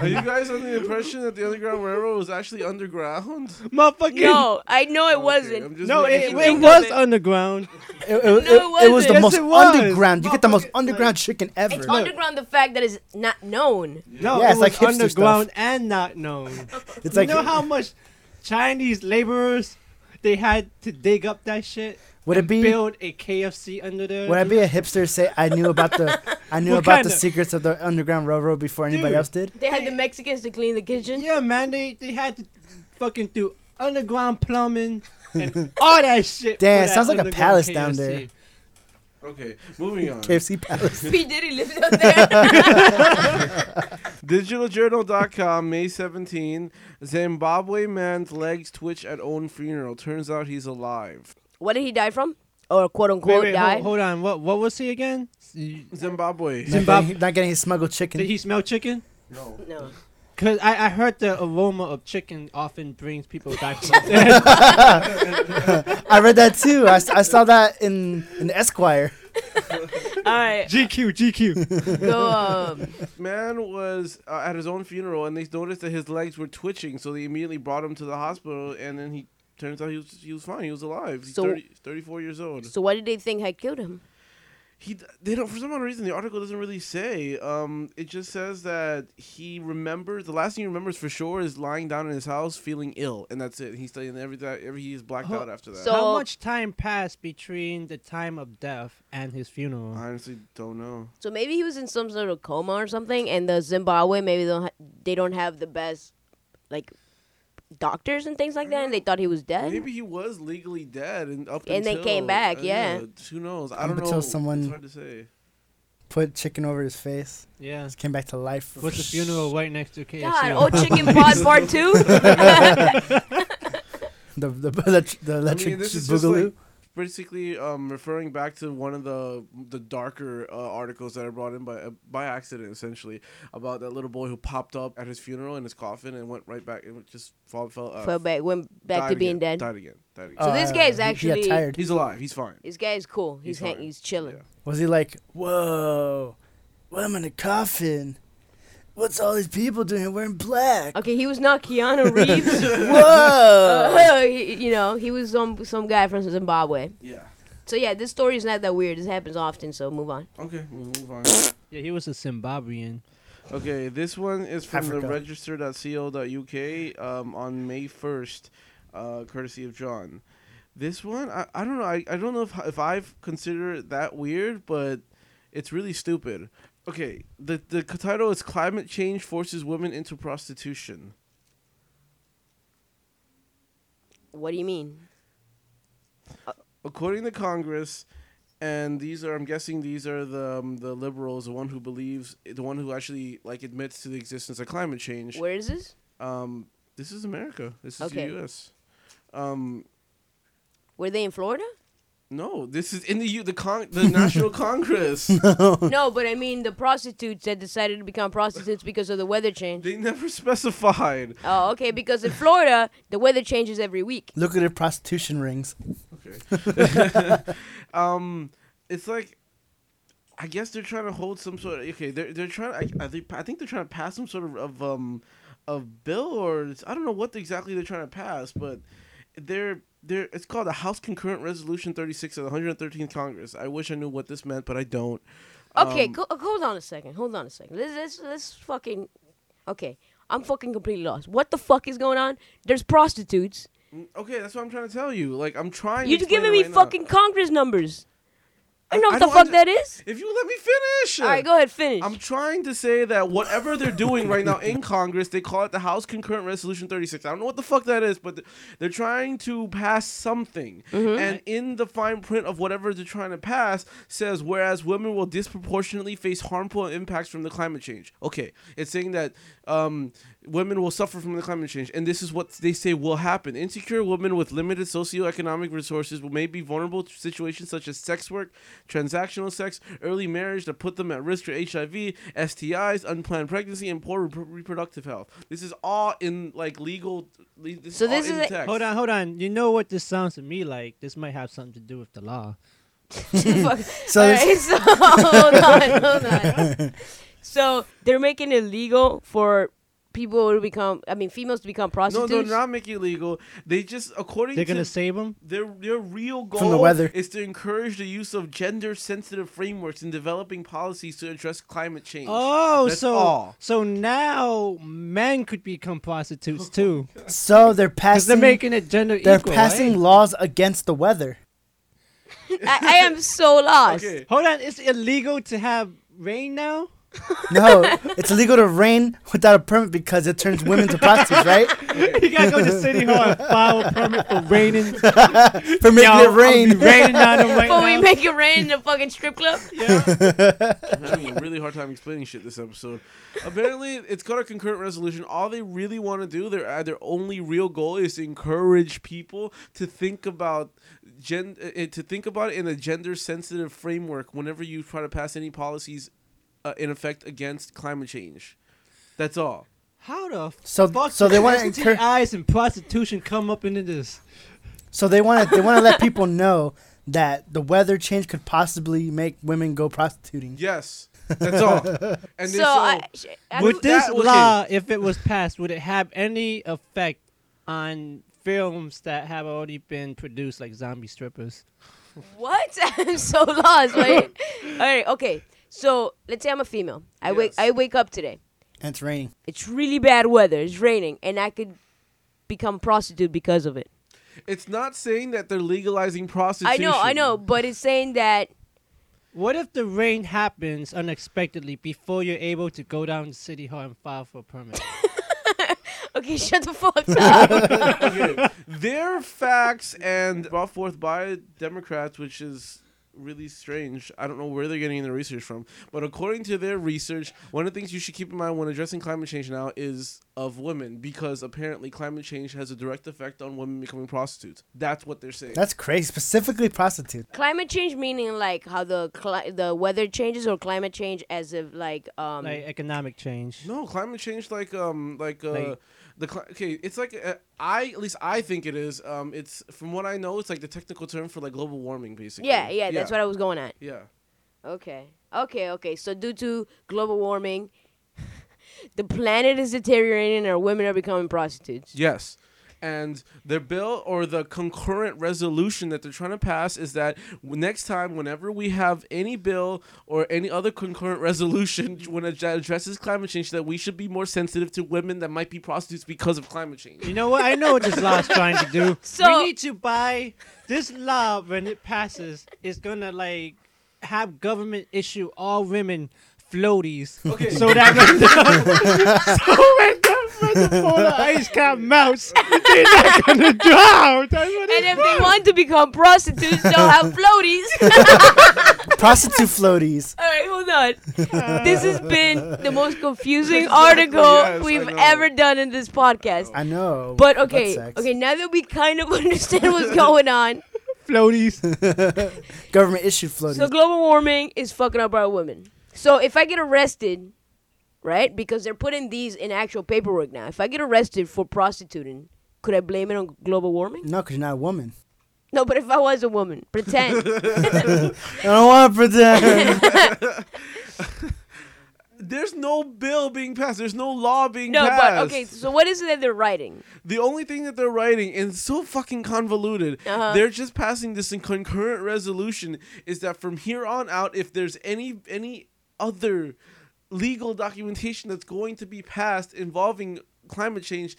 Speaker 3: are you guys under the impression that the Underground Railroad was actually underground?
Speaker 4: Motherfucking
Speaker 7: No, I know it
Speaker 3: Oh, Okay,
Speaker 7: wasn't.
Speaker 3: I'm just
Speaker 4: No,
Speaker 3: making
Speaker 4: it,
Speaker 3: sure.
Speaker 4: it
Speaker 7: think
Speaker 4: was
Speaker 7: of it-
Speaker 4: underground.
Speaker 5: it, it-
Speaker 7: No, it
Speaker 5: it- it was
Speaker 7: wasn't.
Speaker 5: the
Speaker 4: Yes,
Speaker 5: most
Speaker 4: it was.
Speaker 5: underground. You get the most
Speaker 4: Motherfucker,
Speaker 5: underground chicken ever.
Speaker 7: It's underground the fact that it's not known.
Speaker 4: No,
Speaker 5: Yeah,
Speaker 4: it
Speaker 5: it's like
Speaker 4: was
Speaker 5: hipster
Speaker 4: underground and not known.
Speaker 5: It's
Speaker 4: you
Speaker 5: like
Speaker 4: know how much Chinese laborers they had to dig up that shit,
Speaker 5: would it be
Speaker 4: build a KFC under there.
Speaker 5: would I be a hipster to say I knew about the I knew
Speaker 4: What
Speaker 5: about the
Speaker 4: kinda-
Speaker 5: secrets of the underground railroad before anybody
Speaker 4: Dude.
Speaker 5: else did?
Speaker 7: They had the Mexicans to clean the kitchen.
Speaker 4: yeah, man, they they had to fucking do underground plumbing and all that shit.
Speaker 5: Damn,
Speaker 4: for that
Speaker 5: sounds like a
Speaker 4: underground
Speaker 5: palace down
Speaker 4: KFC.
Speaker 5: there.
Speaker 3: Okay, moving on.
Speaker 5: KFC Palace.
Speaker 7: P Diddy lived out there.
Speaker 3: DigitalJournal.com, May 17. Zimbabwe man's legs twitch at own funeral. Turns out he's alive.
Speaker 7: what did he die from? Or quote
Speaker 4: Wait,
Speaker 7: unquote
Speaker 4: wait,
Speaker 7: die?
Speaker 4: hold, hold on. What what was he again? Did
Speaker 3: Zimbabwe.
Speaker 5: Not
Speaker 4: Zimbabwe.
Speaker 5: getting, not getting his smuggled chicken.
Speaker 4: he smell chicken?
Speaker 3: No.
Speaker 7: No.
Speaker 4: Cause I, I heard the aroma of chicken often brings people back from death.
Speaker 5: I read that too. I, s- I saw that in in Esquire.
Speaker 7: All right.
Speaker 4: GQ GQ.
Speaker 7: Go. Um,
Speaker 3: Man was uh, at his own funeral and they noticed that his legs were twitching, so they immediately brought him to the hospital. And then he turns out he was he was fine. He was alive. He's
Speaker 7: So-
Speaker 3: 30, 34 years old.
Speaker 7: so what did they think had killed him?
Speaker 3: He d- they don't for some odd reason the article doesn't really say. Um, it just says that he remembers the last thing he remembers for sure is lying down in his house feeling ill, and that's it. He's and every that every he's blacked
Speaker 4: Oh,
Speaker 3: out after that.
Speaker 7: so-
Speaker 4: How much time passed between the time of death and his funeral?
Speaker 5: Uh,
Speaker 3: I honestly don't know.
Speaker 7: So maybe he was in some sort of coma or something, and the Zimbabwe maybe don't ha- they don't have the best like doctors and things like that, and they thought he was dead.
Speaker 3: Maybe he was legally dead and up
Speaker 7: And they
Speaker 3: until-
Speaker 7: came back,
Speaker 3: uh,
Speaker 7: yeah.
Speaker 3: who knows? I
Speaker 5: Up
Speaker 3: don't know.
Speaker 5: until someone-
Speaker 3: It's hard to say.
Speaker 5: put chicken over his face.
Speaker 4: Yeah.
Speaker 5: Just came back to life.
Speaker 4: What's the funeral right next to KFC?
Speaker 7: God, old chicken pod part two.
Speaker 5: The the the, the electric
Speaker 3: this is just
Speaker 5: boogaloo.
Speaker 3: like- Basically, um, referring back to one of the the darker uh, articles that I brought in by uh, by accident, essentially, about that little boy who popped up at his funeral in his coffin and went right back and just fall, fell, uh,
Speaker 7: Fell back, went back
Speaker 3: died
Speaker 7: to being
Speaker 3: again,
Speaker 7: dead.
Speaker 3: Died again. Died again.
Speaker 7: So this
Speaker 5: Uh,
Speaker 7: guy's
Speaker 5: he- He
Speaker 7: actually-
Speaker 5: got tired.
Speaker 3: He's alive. He's fine.
Speaker 7: This guy is cool.
Speaker 3: He's
Speaker 7: He's hang-
Speaker 3: fine.
Speaker 7: he's chilling.
Speaker 3: Yeah.
Speaker 5: Was he like, whoa, well, I'm in a coffin. What's all these people doing here wearing black?
Speaker 7: Okay, he was not Keanu Reeves.
Speaker 5: Whoa.
Speaker 7: Uh, he- you know, he was some some guy from Zimbabwe.
Speaker 3: Yeah.
Speaker 7: So yeah, this story is not that weird. This happens often. So move on.
Speaker 3: Okay, we'll move on.
Speaker 4: Yeah, he was a Zimbabwean.
Speaker 3: Okay, this one is from the
Speaker 5: Africa.
Speaker 3: register.co.uk um, on May 1st, uh, courtesy of John. This one, I, I don't know. I, I don't know if, if I've considered that weird, but it's really stupid. Okay, the, the c- title is Climate Change Forces Women into Prostitution.
Speaker 7: What do you mean?
Speaker 3: According to Congress, and these are, I'm guessing these are the, um, the liberals, the one who believes, the one who actually like admits to the existence of climate change.
Speaker 7: Where is this?
Speaker 3: Um, this is America. This is
Speaker 7: Okay.
Speaker 3: the U.S. Um,
Speaker 7: Were they in Florida?
Speaker 3: no, this is in the U. The con- the National Congress.
Speaker 7: no, but I mean the prostitutes that decided to become prostitutes because of the weather change.
Speaker 3: They never specified.
Speaker 7: Oh, okay. Because in Florida, the weather changes every week.
Speaker 5: Lucrative prostitution rings.
Speaker 3: Okay. um, it's like, I guess they're trying to hold some sort of. Okay, they're they're trying. I, I think I think they're trying to pass some sort of of um, of bill or it's, I don't know what exactly they're trying to pass, but they're. There, it's called the House Concurrent Resolution 36 of the 113th Congress. I wish I knew what this meant, but I don't.
Speaker 7: Okay,
Speaker 3: Um,
Speaker 7: co- uh, hold on a second. Hold on a second. Let's, let's, let's fucking. Okay, I'm fucking completely lost. What the fuck is going on? There's prostitutes.
Speaker 3: Okay, that's what I'm trying to tell you. Like I'm trying.
Speaker 7: You're
Speaker 3: to explain
Speaker 7: giving
Speaker 3: it
Speaker 7: me
Speaker 3: right now.
Speaker 7: fucking Congress numbers. I
Speaker 3: I-
Speaker 7: know
Speaker 3: I
Speaker 7: what the
Speaker 3: don't
Speaker 7: fuck
Speaker 3: under-
Speaker 7: that is.
Speaker 3: If you let me finish.
Speaker 7: All right, go ahead, finish.
Speaker 3: I'm trying to say that whatever they're doing right now in Congress, they call it the House Concurrent Resolution 36. I don't know what the fuck that is, but th- they're trying to pass something. And in the fine print of whatever they're trying to pass says, whereas women will disproportionately face harmful impacts from the climate change. Okay, it's saying that um, women will suffer from the climate change, and this is what they say will happen. Insecure women with limited socioeconomic resources will may be vulnerable to situations such as sex work, transactional sex, early marriage that put them at risk for HIV, STIs, unplanned pregnancy, and poor rep- reproductive health. This is all in like legal. le- This
Speaker 7: So
Speaker 3: is all
Speaker 7: this
Speaker 3: in
Speaker 7: is a-
Speaker 3: text.
Speaker 4: Hold on, hold on. You know what this sounds to me like? This might have something to do with the law.
Speaker 7: Fuck.
Speaker 5: So
Speaker 7: All
Speaker 5: this-
Speaker 7: right, so hold on, hold on. So they're making it legal for people to become, I mean, females to become
Speaker 3: No,
Speaker 7: prostitutes.
Speaker 3: no, not make it legal. They just according
Speaker 4: They're
Speaker 3: to
Speaker 4: gonna save him.
Speaker 3: Their their real goal
Speaker 5: From the weather.
Speaker 3: is to encourage the use of gender sensitive frameworks in developing policies to address climate change.
Speaker 4: Oh,
Speaker 3: That's
Speaker 4: so
Speaker 3: all.
Speaker 4: so now men could become prostitutes too,
Speaker 5: So they're
Speaker 4: because
Speaker 5: passing.
Speaker 4: they're making it gender
Speaker 5: they're
Speaker 4: equal.
Speaker 5: passing
Speaker 4: right?
Speaker 5: laws against the weather.
Speaker 7: I, I am so lost.
Speaker 3: Okay.
Speaker 4: Hold on, it's illegal to have rain now.
Speaker 5: No, it's illegal to rain without a permit because it turns women to prostitutes, right?
Speaker 4: you gotta go to city hall and file a permit for raining.
Speaker 5: For making
Speaker 4: Yo,
Speaker 5: it rain.
Speaker 4: I'll be raining on them right
Speaker 7: Before we
Speaker 4: now.
Speaker 7: make it rain in the fucking strip club.
Speaker 3: I'm having a really hard time explaining shit this episode. Apparently, it's got a concurrent resolution. All they really want to do, their uh, their only real goal, is to encourage people to think about gen uh, to think about it in a gender sensitive framework. Whenever you try to pass any policies uh, in effect against climate change, that's all.
Speaker 4: How the
Speaker 5: So-
Speaker 4: fuck
Speaker 5: so they wanna
Speaker 4: STIs
Speaker 5: encour-
Speaker 4: and prostitution come up into this?
Speaker 5: So they want to they want to let people know that the weather change could possibly make women go prostituting.
Speaker 3: Yes, that's all. And
Speaker 7: So,
Speaker 3: then, so
Speaker 7: I, sh- I
Speaker 4: Would
Speaker 7: don't-
Speaker 4: this
Speaker 3: that- okay.
Speaker 4: law, if it was passed, would it have any effect on films that have already been produced, like zombie strippers?
Speaker 7: what? I'm so lost. Right? All right. Okay. So let's say I'm a female. I wake.
Speaker 3: Yes.
Speaker 7: I wake up today.
Speaker 5: And it's raining.
Speaker 7: It's really bad weather. It's raining, and I could become a prostitute because of it.
Speaker 3: it's not saying that they're legalizing
Speaker 7: I
Speaker 3: prostitution.
Speaker 7: know. I know. But it's saying that
Speaker 4: What if the rain happens unexpectedly before you're able to go down to City Hall and file for a permit?
Speaker 7: Okay, shut the fuck up.
Speaker 3: Okay, Their facts and brought forth by Democrats, which is really strange. I don't know where they're getting their research from, but according to their research, one of the things you should keep in mind when addressing climate change now is of women because apparently climate change has a direct effect on women becoming prostitutes. That's what they're saying.
Speaker 5: That's crazy. Specifically, prostitute.
Speaker 7: Climate change meaning like how the cli- the weather changes or climate change as if like um
Speaker 4: like economic change.
Speaker 3: No, climate change like um like uh
Speaker 4: Like-
Speaker 3: the cli- okay, it's like uh, I at least I think it is um it's from what I know it's like the technical term for like global warming basically.
Speaker 7: yeah, yeah, that's what I was going at.
Speaker 3: Yeah.
Speaker 7: Okay. Okay, okay. So due to global warming, the planet is deteriorating and our women are becoming prostitutes.
Speaker 3: Yes. And their bill or the concurrent resolution that they're trying to pass is that w- next time, whenever we have any bill or any other concurrent resolution when it that addresses climate change, that we should be more sensitive to women that might be prostitutes because of climate change.
Speaker 4: You know what? I know what this law's trying to do.
Speaker 7: So-
Speaker 4: we need to buy this law when it passes. It's gonna like have government issue all women floaties.
Speaker 3: Okay.
Speaker 4: So that when the, so when the, when the polar ice cap melts, they're not gonna drown. That's what
Speaker 7: And
Speaker 4: it
Speaker 7: if they want to become prostitutes, they'll have floaties.
Speaker 5: Prostitute floaties.
Speaker 7: All right, hold on. this has been the most confusing article
Speaker 3: yes, I
Speaker 7: we've
Speaker 3: know.
Speaker 7: ever done in this podcast.
Speaker 5: I know.
Speaker 7: But
Speaker 5: Butt
Speaker 7: okay,
Speaker 5: sex.
Speaker 7: okay, now that we kind of understand what's going on,
Speaker 4: floaties.
Speaker 5: Government issued floaties.
Speaker 7: so global warming is fucking up our women. So if I get arrested, right, because they're putting these in actual paperwork now, if I get arrested for prostituting, could I blame it on global warming?
Speaker 5: no, because you're not a woman.
Speaker 7: No, but if I was a woman, pretend.
Speaker 5: I don't want to pretend.
Speaker 3: There's no bill being passed. There's no law being
Speaker 7: no,
Speaker 3: passed.
Speaker 7: but okay, so what is it that they're writing?
Speaker 3: The only thing that they're writing and it's so fucking convoluted.
Speaker 7: Uh-huh.
Speaker 3: They're just passing this in concurrent resolution is that from here on out, if there's any any other legal documentation that's going to be passed involving climate change,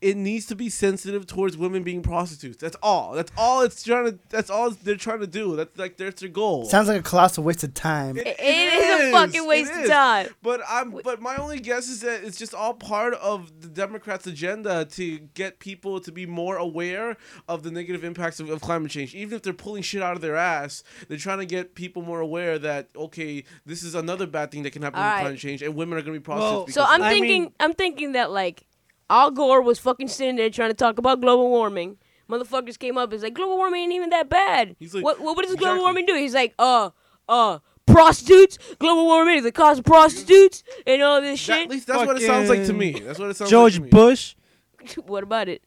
Speaker 3: it needs to be sensitive towards women being prostitutes. That's all. That's all it's trying to. That's all they're trying to do. That's like that's their goal.
Speaker 5: Sounds like a colossal waste of time.
Speaker 7: It- it is a fucking
Speaker 3: it
Speaker 7: waste of
Speaker 3: is.
Speaker 7: time.
Speaker 3: But I'm but my only guess is that it's just all part of the Democrats' agenda to get people to be more aware of the negative impacts of, of climate change. Even if they're pulling shit out of their ass, they're trying to get people more aware that okay, this is another bad thing that can happen
Speaker 7: All
Speaker 3: with
Speaker 7: right.
Speaker 3: climate change, and women are going to be
Speaker 4: Well,
Speaker 3: prostitutes.
Speaker 7: So
Speaker 3: because
Speaker 7: I'm
Speaker 3: of
Speaker 4: I
Speaker 7: thinking,
Speaker 4: mean-
Speaker 7: I'm thinking that like Al Gore was fucking sitting there trying to talk about global warming. Motherfuckers came up and was like, global warming ain't even that bad.
Speaker 3: He's like-
Speaker 7: what, what what does
Speaker 3: exactly.
Speaker 7: global warming do? He's like, uh, uh, prostitutes. Global warming is the cause of prostitutes and all this
Speaker 3: that.
Speaker 7: shit.
Speaker 3: At least that's what it sounds like to
Speaker 4: Fucking
Speaker 3: me. That's what it sounds like
Speaker 4: George
Speaker 3: to me.
Speaker 4: Bush.
Speaker 7: what about it?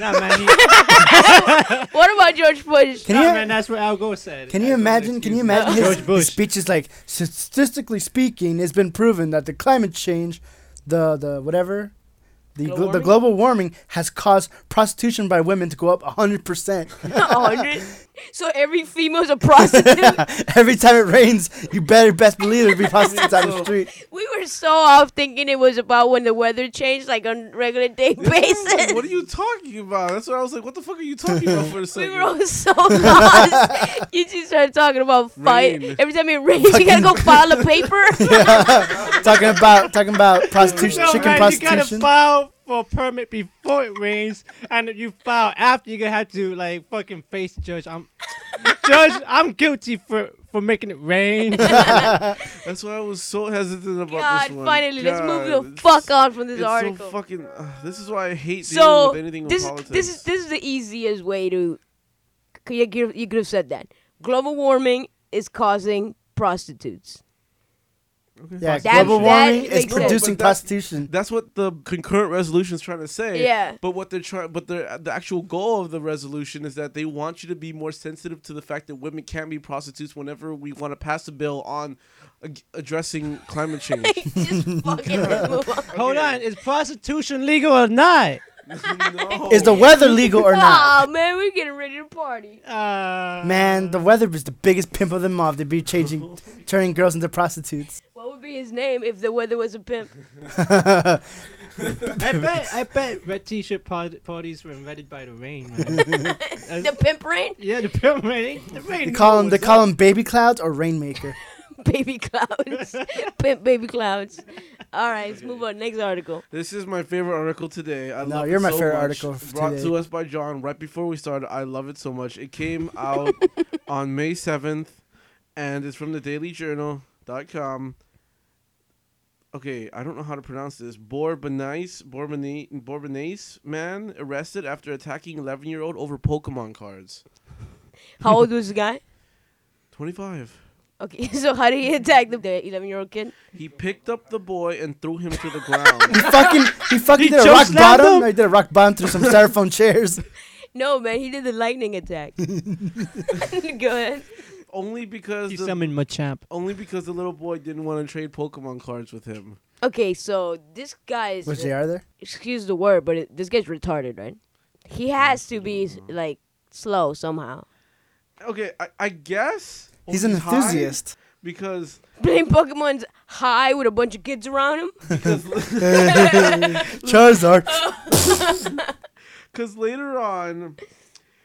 Speaker 4: Nah, man. He,
Speaker 7: What about George Bush?
Speaker 5: Can
Speaker 4: nah,
Speaker 5: you-
Speaker 4: man. That's what Al Gore said.
Speaker 5: Can you
Speaker 4: That's what
Speaker 5: imagine? Can you imagine his,
Speaker 4: George
Speaker 5: his
Speaker 4: Bush.
Speaker 5: speech is like statistically speaking, it's been proven that the climate change, the the whatever, the glo-
Speaker 7: Global
Speaker 5: the
Speaker 7: warming?
Speaker 5: global warming has caused prostitution by women to go up hundred percent.
Speaker 7: A hundred. So every female's a prostitute.
Speaker 5: Every time it rains, you better best believe there'll be prostitutes on the street.
Speaker 7: we were so off thinking it was about when the weather changed, like on a regular day basis.
Speaker 3: What are you talking about? That's what I was like. What the fuck are you talking about for a
Speaker 7: We
Speaker 3: second?
Speaker 7: were all so lost. you just started talking about fight.
Speaker 3: Rain.
Speaker 7: Every time it rains, you gotta go file a paper.
Speaker 5: talking about talking about prostitution,
Speaker 4: No,
Speaker 5: chicken
Speaker 4: man, You gotta
Speaker 5: prostitution.
Speaker 4: file for a permit before it rains, and if you file after, you're gonna have to like fucking face the judge. I'm judge. I'm guilty for for making it rain.
Speaker 3: That's why I was so hesitant about
Speaker 7: God,
Speaker 3: this one.
Speaker 7: finally, let's
Speaker 3: God,
Speaker 7: move the
Speaker 3: it's
Speaker 7: fuck on from this
Speaker 3: It's
Speaker 7: article.
Speaker 3: so fucking. ugh, this is why I hate dealing
Speaker 7: So,
Speaker 3: with anything with
Speaker 7: this is
Speaker 3: politics.
Speaker 7: this is this is the easiest way to. c- You could you could have said that global warming is causing prostitutes.
Speaker 5: Yeah,
Speaker 7: That-
Speaker 5: global
Speaker 7: that
Speaker 5: warming
Speaker 7: makes
Speaker 5: is
Speaker 7: sense.
Speaker 5: producing
Speaker 3: But that's-
Speaker 5: prostitution.
Speaker 3: That's what the concurrent resolution is trying to say.
Speaker 7: Yeah.
Speaker 3: But what they're trying, but the the actual goal of the resolution is that they want you to be more sensitive to the fact that women can be prostitutes whenever we want to pass a bill on ag- addressing climate change.
Speaker 7: Just fucking move on.
Speaker 4: Hold on, is prostitution legal or not?
Speaker 7: Oh
Speaker 3: no.
Speaker 5: Is the weather legal or not?
Speaker 7: Aw, man, we're getting ready to party.
Speaker 4: Uh,
Speaker 5: Man, the weather is the biggest pimp of them all. They'd be changing, turning girls into prostitutes.
Speaker 7: What would be his name if the weather was a pimp?
Speaker 4: I bet I bet red t-shirt part- parties were invented by the rain. Man. That's-
Speaker 7: The pimp rain,
Speaker 4: yeah, the pimp rain. The rain.
Speaker 5: They call them
Speaker 4: knows
Speaker 5: they call
Speaker 4: up.
Speaker 5: them baby clouds or rainmaker.
Speaker 7: baby clouds, pimp baby clouds. All right, let's move on. Next article.
Speaker 3: This is my favorite article today. I
Speaker 5: No,
Speaker 3: love
Speaker 5: you're
Speaker 3: it
Speaker 5: my
Speaker 3: so
Speaker 5: favorite
Speaker 3: much.
Speaker 5: article f-
Speaker 3: Brought
Speaker 5: today.
Speaker 3: to us by John right before we started. I love it so much. It came out on May 7th, and it's from the dailyjournal.com. Okay, I don't know how to pronounce this. Bourbonais, Bourbonais, Bourbonais man arrested after attacking 11 year old over Pokemon cards.
Speaker 7: How old was the guy?
Speaker 3: 25.
Speaker 7: Okay, so how did he attack the 11 year old kid?
Speaker 3: He picked up the boy and threw him to the ground.
Speaker 5: He fucking he fucking
Speaker 4: He
Speaker 5: did a
Speaker 4: choke
Speaker 5: rock
Speaker 4: slammed
Speaker 5: bottom.
Speaker 4: him?
Speaker 5: No, he did a rock bottom through some styrofoam chairs.
Speaker 7: No, man, he did the lightning attack. Go ahead.
Speaker 3: only because
Speaker 4: He
Speaker 3: the,
Speaker 4: summoned Machamp.
Speaker 3: only because the little boy didn't want to trade Pokemon cards with him.
Speaker 7: Okay, so this guy is.
Speaker 5: Was JR there?
Speaker 7: excuse the word, but it, this guy's retarded, right? He has to be s- like slow somehow.
Speaker 3: Okay, I, I guess
Speaker 5: He's an
Speaker 3: high
Speaker 5: enthusiast.
Speaker 3: because
Speaker 7: Playing Pokemon's high with a bunch of kids around him.
Speaker 5: Charizard.
Speaker 3: because later on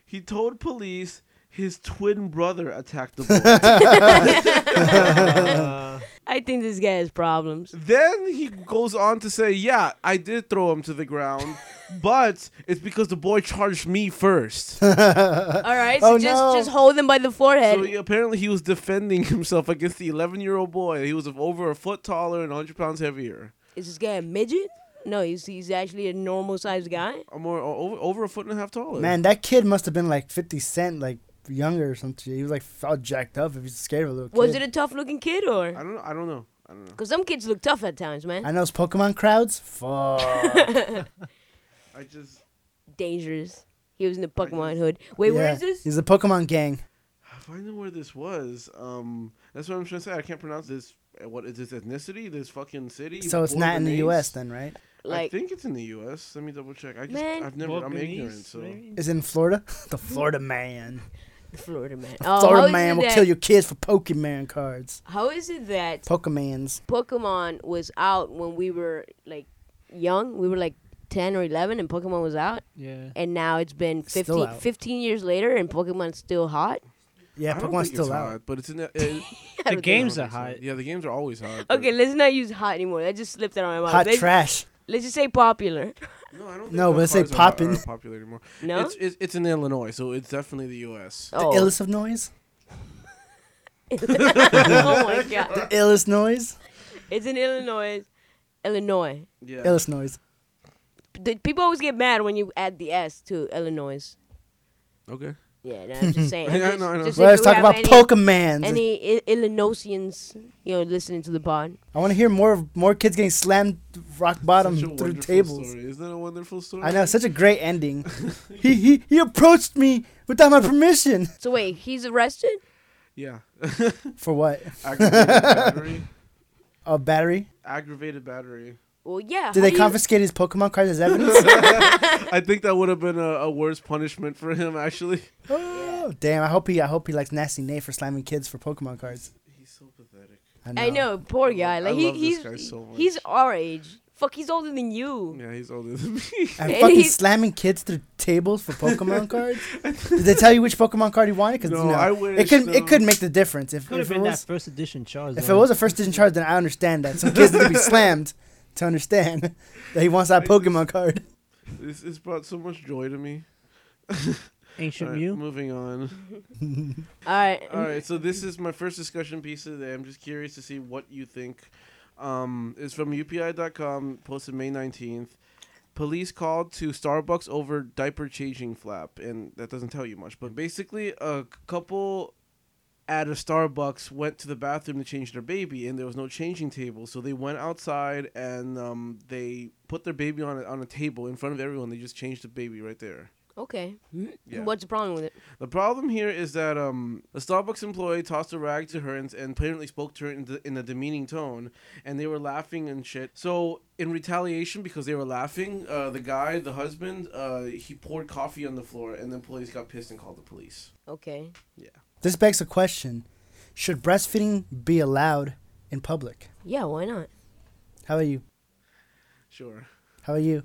Speaker 3: he told police his twin brother attacked the boy.
Speaker 7: I think this guy has problems.
Speaker 3: then he goes on to say, "Yeah, I did throw him to the ground, but it's because the boy charged me first.
Speaker 7: All right, so
Speaker 5: Oh,
Speaker 7: just
Speaker 5: no.
Speaker 7: just hold him by the forehead.
Speaker 3: so he, apparently he was defending himself against the 11-year-old boy. He was over a foot taller and 100 pounds heavier.
Speaker 7: Is this guy a midget? No, he's he's actually a normal sized guy.
Speaker 3: Or more o- over, over a foot and a half taller.
Speaker 5: Man, that kid must have been like 50 Cent, like younger or something. He was like all jacked up if he's scared of a little kid.
Speaker 7: Was it a tough looking kid
Speaker 3: I
Speaker 7: or?
Speaker 3: don't know. I don't know. I don't know.
Speaker 7: Cause some kids look tough at times, man.
Speaker 5: I know it's Pokemon crowds. Fuck.
Speaker 3: I just
Speaker 7: Dangerous. He was in the Pokemon hood. Wait, where
Speaker 5: Yeah,
Speaker 7: is this?
Speaker 5: He's the Pokemon gang.
Speaker 3: I find out where this was. Um, that's what I'm trying to say. I can't pronounce this. uh, What is this ethnicity? This fucking city.
Speaker 5: So it's not in the
Speaker 3: Bourbonese?
Speaker 5: U.S. then, right?
Speaker 3: I
Speaker 7: Like,
Speaker 3: think it's in the U.S. Let me double check. I just
Speaker 7: Man.
Speaker 3: I've never. I'm ignorant. So
Speaker 5: Is it in Florida? the Florida man.
Speaker 7: Florida man. Oh, how is
Speaker 5: Florida
Speaker 7: it
Speaker 5: man will
Speaker 7: that-
Speaker 5: kill your kids for Pokemon cards.
Speaker 7: How is it that
Speaker 5: Pokemons.
Speaker 7: Pokemon was out when we were like young. We were like 10 or 11 and Pokemon was out.
Speaker 4: Yeah.
Speaker 7: And now it's been
Speaker 5: Still
Speaker 7: 15,
Speaker 5: out.
Speaker 7: 15 years later and Pokemon's still hot.
Speaker 5: Yeah,
Speaker 3: I don't
Speaker 5: Pokemon's
Speaker 3: think it's
Speaker 5: still out.
Speaker 3: hot, but it's in the. It,
Speaker 7: I
Speaker 4: The
Speaker 7: don't
Speaker 4: games
Speaker 3: I
Speaker 4: are
Speaker 3: don't think so.
Speaker 4: hot.
Speaker 3: Yeah, the games are always hot. but-
Speaker 7: Okay, let's not use hot anymore. That just slipped out of my mouth.
Speaker 5: Hot
Speaker 7: let's,
Speaker 5: trash.
Speaker 7: let's just say popular.
Speaker 3: No, I don't. Think
Speaker 5: No, but
Speaker 3: the
Speaker 5: let's say
Speaker 3: cars are hot-
Speaker 5: poppin'.
Speaker 3: are Popular anymore.
Speaker 7: No?
Speaker 3: It's, it's it's in Illinois, so it's definitely the U.S.
Speaker 7: oh.
Speaker 5: The illest of noise.
Speaker 7: oh my god.
Speaker 5: Illest noise.
Speaker 7: It's in Illinois. Illinois.
Speaker 3: Yeah.
Speaker 5: Illest noise.
Speaker 7: The- people always get mad when you add the S to Illinois.
Speaker 3: Okay.
Speaker 7: Yeah, no, I'm just saying.
Speaker 3: I know,
Speaker 7: just,
Speaker 3: I know.
Speaker 7: just
Speaker 3: So
Speaker 5: Well, let's
Speaker 7: if you
Speaker 5: talk
Speaker 7: have
Speaker 5: about
Speaker 7: any,
Speaker 5: Pokemans.
Speaker 7: Any I- Illinoisians, you know, listening to the pod.
Speaker 5: I want to hear more more kids getting slammed rock bottom
Speaker 3: Such a
Speaker 5: through
Speaker 3: wonderful
Speaker 5: tables.
Speaker 3: Story. Isn't that a wonderful story?
Speaker 5: I know, such a great ending. he, he he approached me without my permission.
Speaker 7: So wait, he's arrested?
Speaker 3: Yeah.
Speaker 5: For what?
Speaker 3: Aggravated battery.
Speaker 5: A battery?
Speaker 3: Aggravated battery.
Speaker 7: Well, yeah.
Speaker 5: Did
Speaker 7: Uh, how
Speaker 5: they
Speaker 7: do you-
Speaker 5: confiscate his Pokemon cards as evidence?
Speaker 3: I think that would have been a, a worse punishment for him, actually.
Speaker 5: oh, damn! I hope he I hope he likes Nasty Nate for slamming kids for Pokemon cards.
Speaker 3: He's so pathetic.
Speaker 7: I know, poor guy.
Speaker 3: I
Speaker 7: Like
Speaker 3: love
Speaker 7: he,
Speaker 3: this
Speaker 7: he's
Speaker 3: guy so
Speaker 7: he's
Speaker 3: much.
Speaker 7: our age. Fuck, he's older than you.
Speaker 3: Yeah, he's older than me.
Speaker 5: And
Speaker 7: And
Speaker 5: fucking
Speaker 7: he's-
Speaker 5: slamming kids through tables for Pokemon cards. Did they tell you which Pokemon card he wanted? Because
Speaker 3: No,
Speaker 5: you know,
Speaker 3: I wish, um,
Speaker 5: it could
Speaker 3: no.
Speaker 5: it could make the difference if,
Speaker 4: Could have
Speaker 5: if it
Speaker 4: been that
Speaker 5: was
Speaker 4: first edition uh, Charizard.
Speaker 5: if it was a first edition charge. Then I understand that some kids need to be slammed to understand that he wants that Pokemon card.
Speaker 3: This has brought so much joy to me.
Speaker 4: ancient
Speaker 3: Alright,
Speaker 4: Mew.
Speaker 3: Moving on.
Speaker 7: All right.
Speaker 3: All right, so this is my first discussion piece of the day. I'm just curious to see what you think. Um, it's from upi.com, posted May 19th. Police called to Starbucks over diaper changing flap, and that doesn't tell you much. But basically, a couple at a Starbucks went to the bathroom to change their baby, and there was no changing table. So they went outside and um, they put their baby on a, on a table in front of everyone. They just changed the baby right there.
Speaker 7: Okay.
Speaker 3: Yeah.
Speaker 7: What's the problem with it?
Speaker 3: The problem here is that um, a Starbucks employee tossed a rag to her and, and apparently spoke to her in, de- in a demeaning tone, and they were laughing and shit. So in retaliation, because they were laughing, uh, the guy, the husband, uh, he poured coffee on the floor, and the police got pissed and called the police.
Speaker 7: Okay.
Speaker 5: This begs a question: Should breastfeeding be allowed in public?
Speaker 7: Yeah. Why not?
Speaker 5: How about you?
Speaker 3: Sure.
Speaker 5: How about you?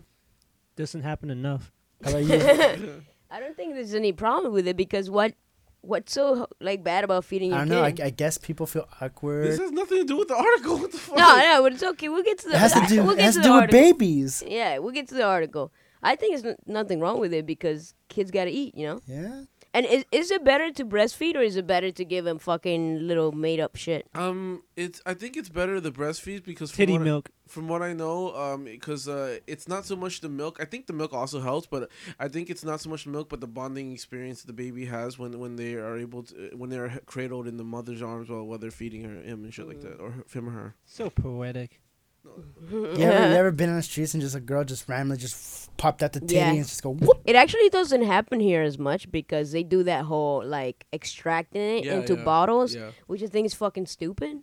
Speaker 4: Doesn't happen enough.
Speaker 5: How about you?
Speaker 7: I don't think there's any problem with it because what what's so like bad about feeding
Speaker 5: I
Speaker 7: your
Speaker 5: don't know. I,
Speaker 7: kid?
Speaker 5: I guess people feel awkward.
Speaker 3: This has nothing to do with the article. What the fuck?
Speaker 7: no, no, but it's okay. We'll get to the.
Speaker 5: It has to do.
Speaker 7: We'll
Speaker 5: It
Speaker 7: get
Speaker 5: has
Speaker 7: to
Speaker 5: to
Speaker 7: the
Speaker 5: do with
Speaker 7: article.
Speaker 5: babies.
Speaker 7: Yeah, we'll get to the article. I think it's n- nothing wrong with it because kids gotta eat, you know.
Speaker 5: Yeah.
Speaker 7: And is, is it better to breastfeed or is it better to give him fucking little made up shit?
Speaker 3: Um, it's I think it's better the breastfeed because from
Speaker 4: Titty
Speaker 3: what I-
Speaker 4: milk.
Speaker 3: from what I know, um, because uh, it's not so much the milk. I think the milk also helps, but I think it's not so much the milk, but the bonding experience the baby has when when they are able to uh, when they are cradled in the mother's arms while while they're feeding her him and shit like that, or her- him or her.
Speaker 4: So poetic.
Speaker 5: You ever, you ever been on the streets and just a girl just randomly just popped out the titty
Speaker 7: Yeah.
Speaker 5: and just go whoop?
Speaker 7: It actually doesn't happen here as much because they do that whole like extracting it
Speaker 3: Yeah,
Speaker 7: into
Speaker 3: yeah,
Speaker 7: bottles,
Speaker 3: yeah.
Speaker 7: which I think is fucking stupid.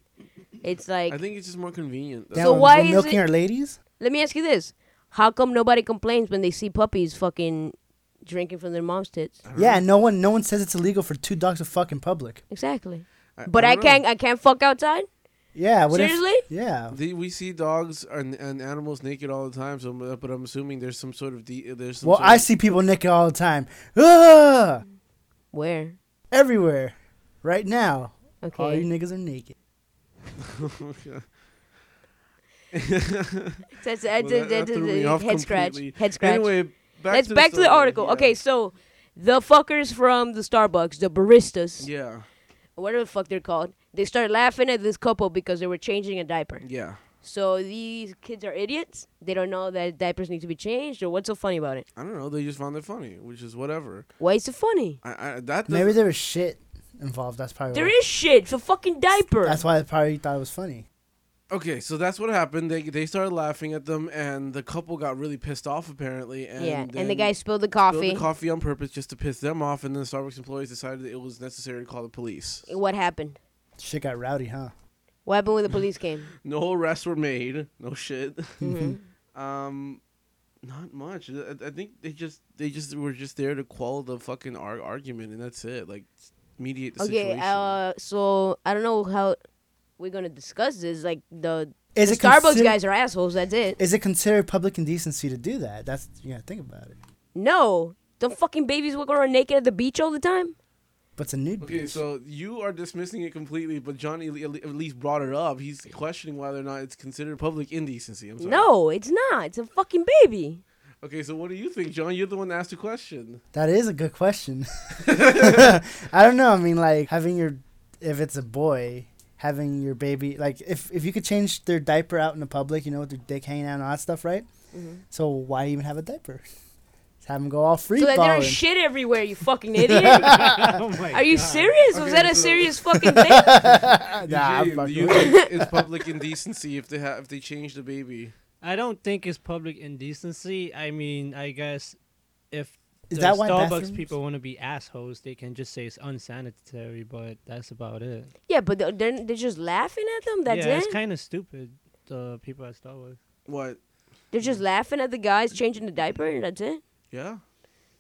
Speaker 7: It's like
Speaker 3: I think it's just more convenient.
Speaker 5: Down,
Speaker 3: That's-
Speaker 7: So why
Speaker 5: we're
Speaker 7: is
Speaker 5: milking
Speaker 7: it-
Speaker 5: our ladies?
Speaker 7: Let me ask you this: How come nobody complains when they see puppies fucking drinking from their mom's tits?
Speaker 5: Yeah, and no one no one says it's illegal for two dogs to fuck in public.
Speaker 7: Exactly. But I,
Speaker 3: don't know.
Speaker 7: can't. I can't fuck outside.
Speaker 5: Yeah, what if-
Speaker 7: Seriously?
Speaker 5: yeah,
Speaker 3: The, we see dogs and, and animals naked all the time, so but I'm assuming there's some sort of de- there's some
Speaker 5: Well,
Speaker 3: sort
Speaker 5: I
Speaker 3: of-
Speaker 5: see people naked all the time. Ah!
Speaker 7: Where?
Speaker 5: Everywhere. Right now. All
Speaker 7: Okay.
Speaker 5: you niggas are naked.
Speaker 7: That's-
Speaker 3: Well,
Speaker 7: that's-
Speaker 3: that- that
Speaker 7: that's-
Speaker 3: threw me
Speaker 7: that's-
Speaker 3: off
Speaker 7: Head scratch.
Speaker 3: completely.
Speaker 7: Head scratch.
Speaker 3: Anyway, back
Speaker 7: Let's
Speaker 3: to
Speaker 7: back to the
Speaker 3: story,
Speaker 7: article.
Speaker 3: yeah.
Speaker 7: Okay, so the fuckers from the Starbucks, the baristas,
Speaker 3: Yeah,
Speaker 7: whatever the fuck they're called, they started laughing at this couple because they were changing a diaper.
Speaker 3: yeah.
Speaker 7: So these kids are idiots. They don't know that diapers need to be changed, or what's so funny about it?
Speaker 3: I don't know. They just found it funny, which is whatever.
Speaker 7: Why is it funny?
Speaker 3: I, I that
Speaker 5: Maybe
Speaker 3: doesn't-
Speaker 5: there was shit involved. That's probably
Speaker 7: There
Speaker 5: why.
Speaker 7: is shit. It's a fucking diaper.
Speaker 5: That's why they probably thought it was funny.
Speaker 3: okay. So that's what happened. They they started laughing at them, and the couple got really pissed off apparently. And
Speaker 7: yeah,
Speaker 3: then
Speaker 7: and the guy spilled the
Speaker 3: spilled
Speaker 7: coffee.
Speaker 3: the coffee on purpose just to piss them off, and then Starbucks employees decided that it was necessary to call the police.
Speaker 7: what happened?
Speaker 5: Shit got rowdy, huh?
Speaker 7: What happened when the police came?
Speaker 3: No arrests were made. No shit.
Speaker 7: Mm-hmm.
Speaker 3: um, not much. I, I think they just they just were just there to quell the fucking ar- argument, and that's it. Like mediate the
Speaker 7: okay,
Speaker 3: situation.
Speaker 7: uh, so I don't know how we're gonna discuss this. Like the,
Speaker 5: Is
Speaker 7: the
Speaker 5: it
Speaker 7: Starbucks
Speaker 5: consider-
Speaker 7: guys are assholes. That's it.
Speaker 5: Is it considered public indecency to do that? That's you gotta think about it.
Speaker 7: No, don't fucking babies walk around naked at the beach all the time.
Speaker 5: But it's a nude
Speaker 3: Okay,
Speaker 5: beach.
Speaker 3: so you are dismissing it completely, but Johnny at le- at least brought it up. He's questioning whether or not it's considered public indecency. I'm sorry.
Speaker 7: No, it's not. It's a fucking baby.
Speaker 3: Okay, so what do you think, John? You're the one that asked the question.
Speaker 5: That is a good question. I don't know. I mean, like having your, if it's a boy, having your baby, like if if you could change their diaper out in the public, you know, with their dick hanging out and all that stuff, right?
Speaker 7: Mm-hmm.
Speaker 5: So why even have a diaper? Just have them go all free
Speaker 7: So that
Speaker 5: balling.
Speaker 7: there's shit everywhere. You fucking idiot.
Speaker 4: oh my
Speaker 7: Are you
Speaker 4: God.
Speaker 7: serious?
Speaker 3: Okay,
Speaker 7: Was that a
Speaker 3: so-
Speaker 7: serious fucking thing?
Speaker 5: Ah, nah, I'm
Speaker 3: Eugene, do
Speaker 5: fucking
Speaker 3: you
Speaker 5: with
Speaker 3: think it's public indecency if they ha- if they change the baby?
Speaker 4: I don't think it's public indecency. I mean, I guess if
Speaker 5: Is
Speaker 4: the
Speaker 5: that why
Speaker 4: Starbucks
Speaker 5: bathrooms-
Speaker 4: people want to be assholes, they can just say it's unsanitary, but that's about it.
Speaker 7: yeah, but they're, they're they're just laughing at them. That's
Speaker 4: yeah,
Speaker 7: it.
Speaker 4: it's kind of stupid. The people at Starbucks.
Speaker 3: What?
Speaker 7: they're just laughing at the guys changing the diaper, and that's it.
Speaker 3: Yeah.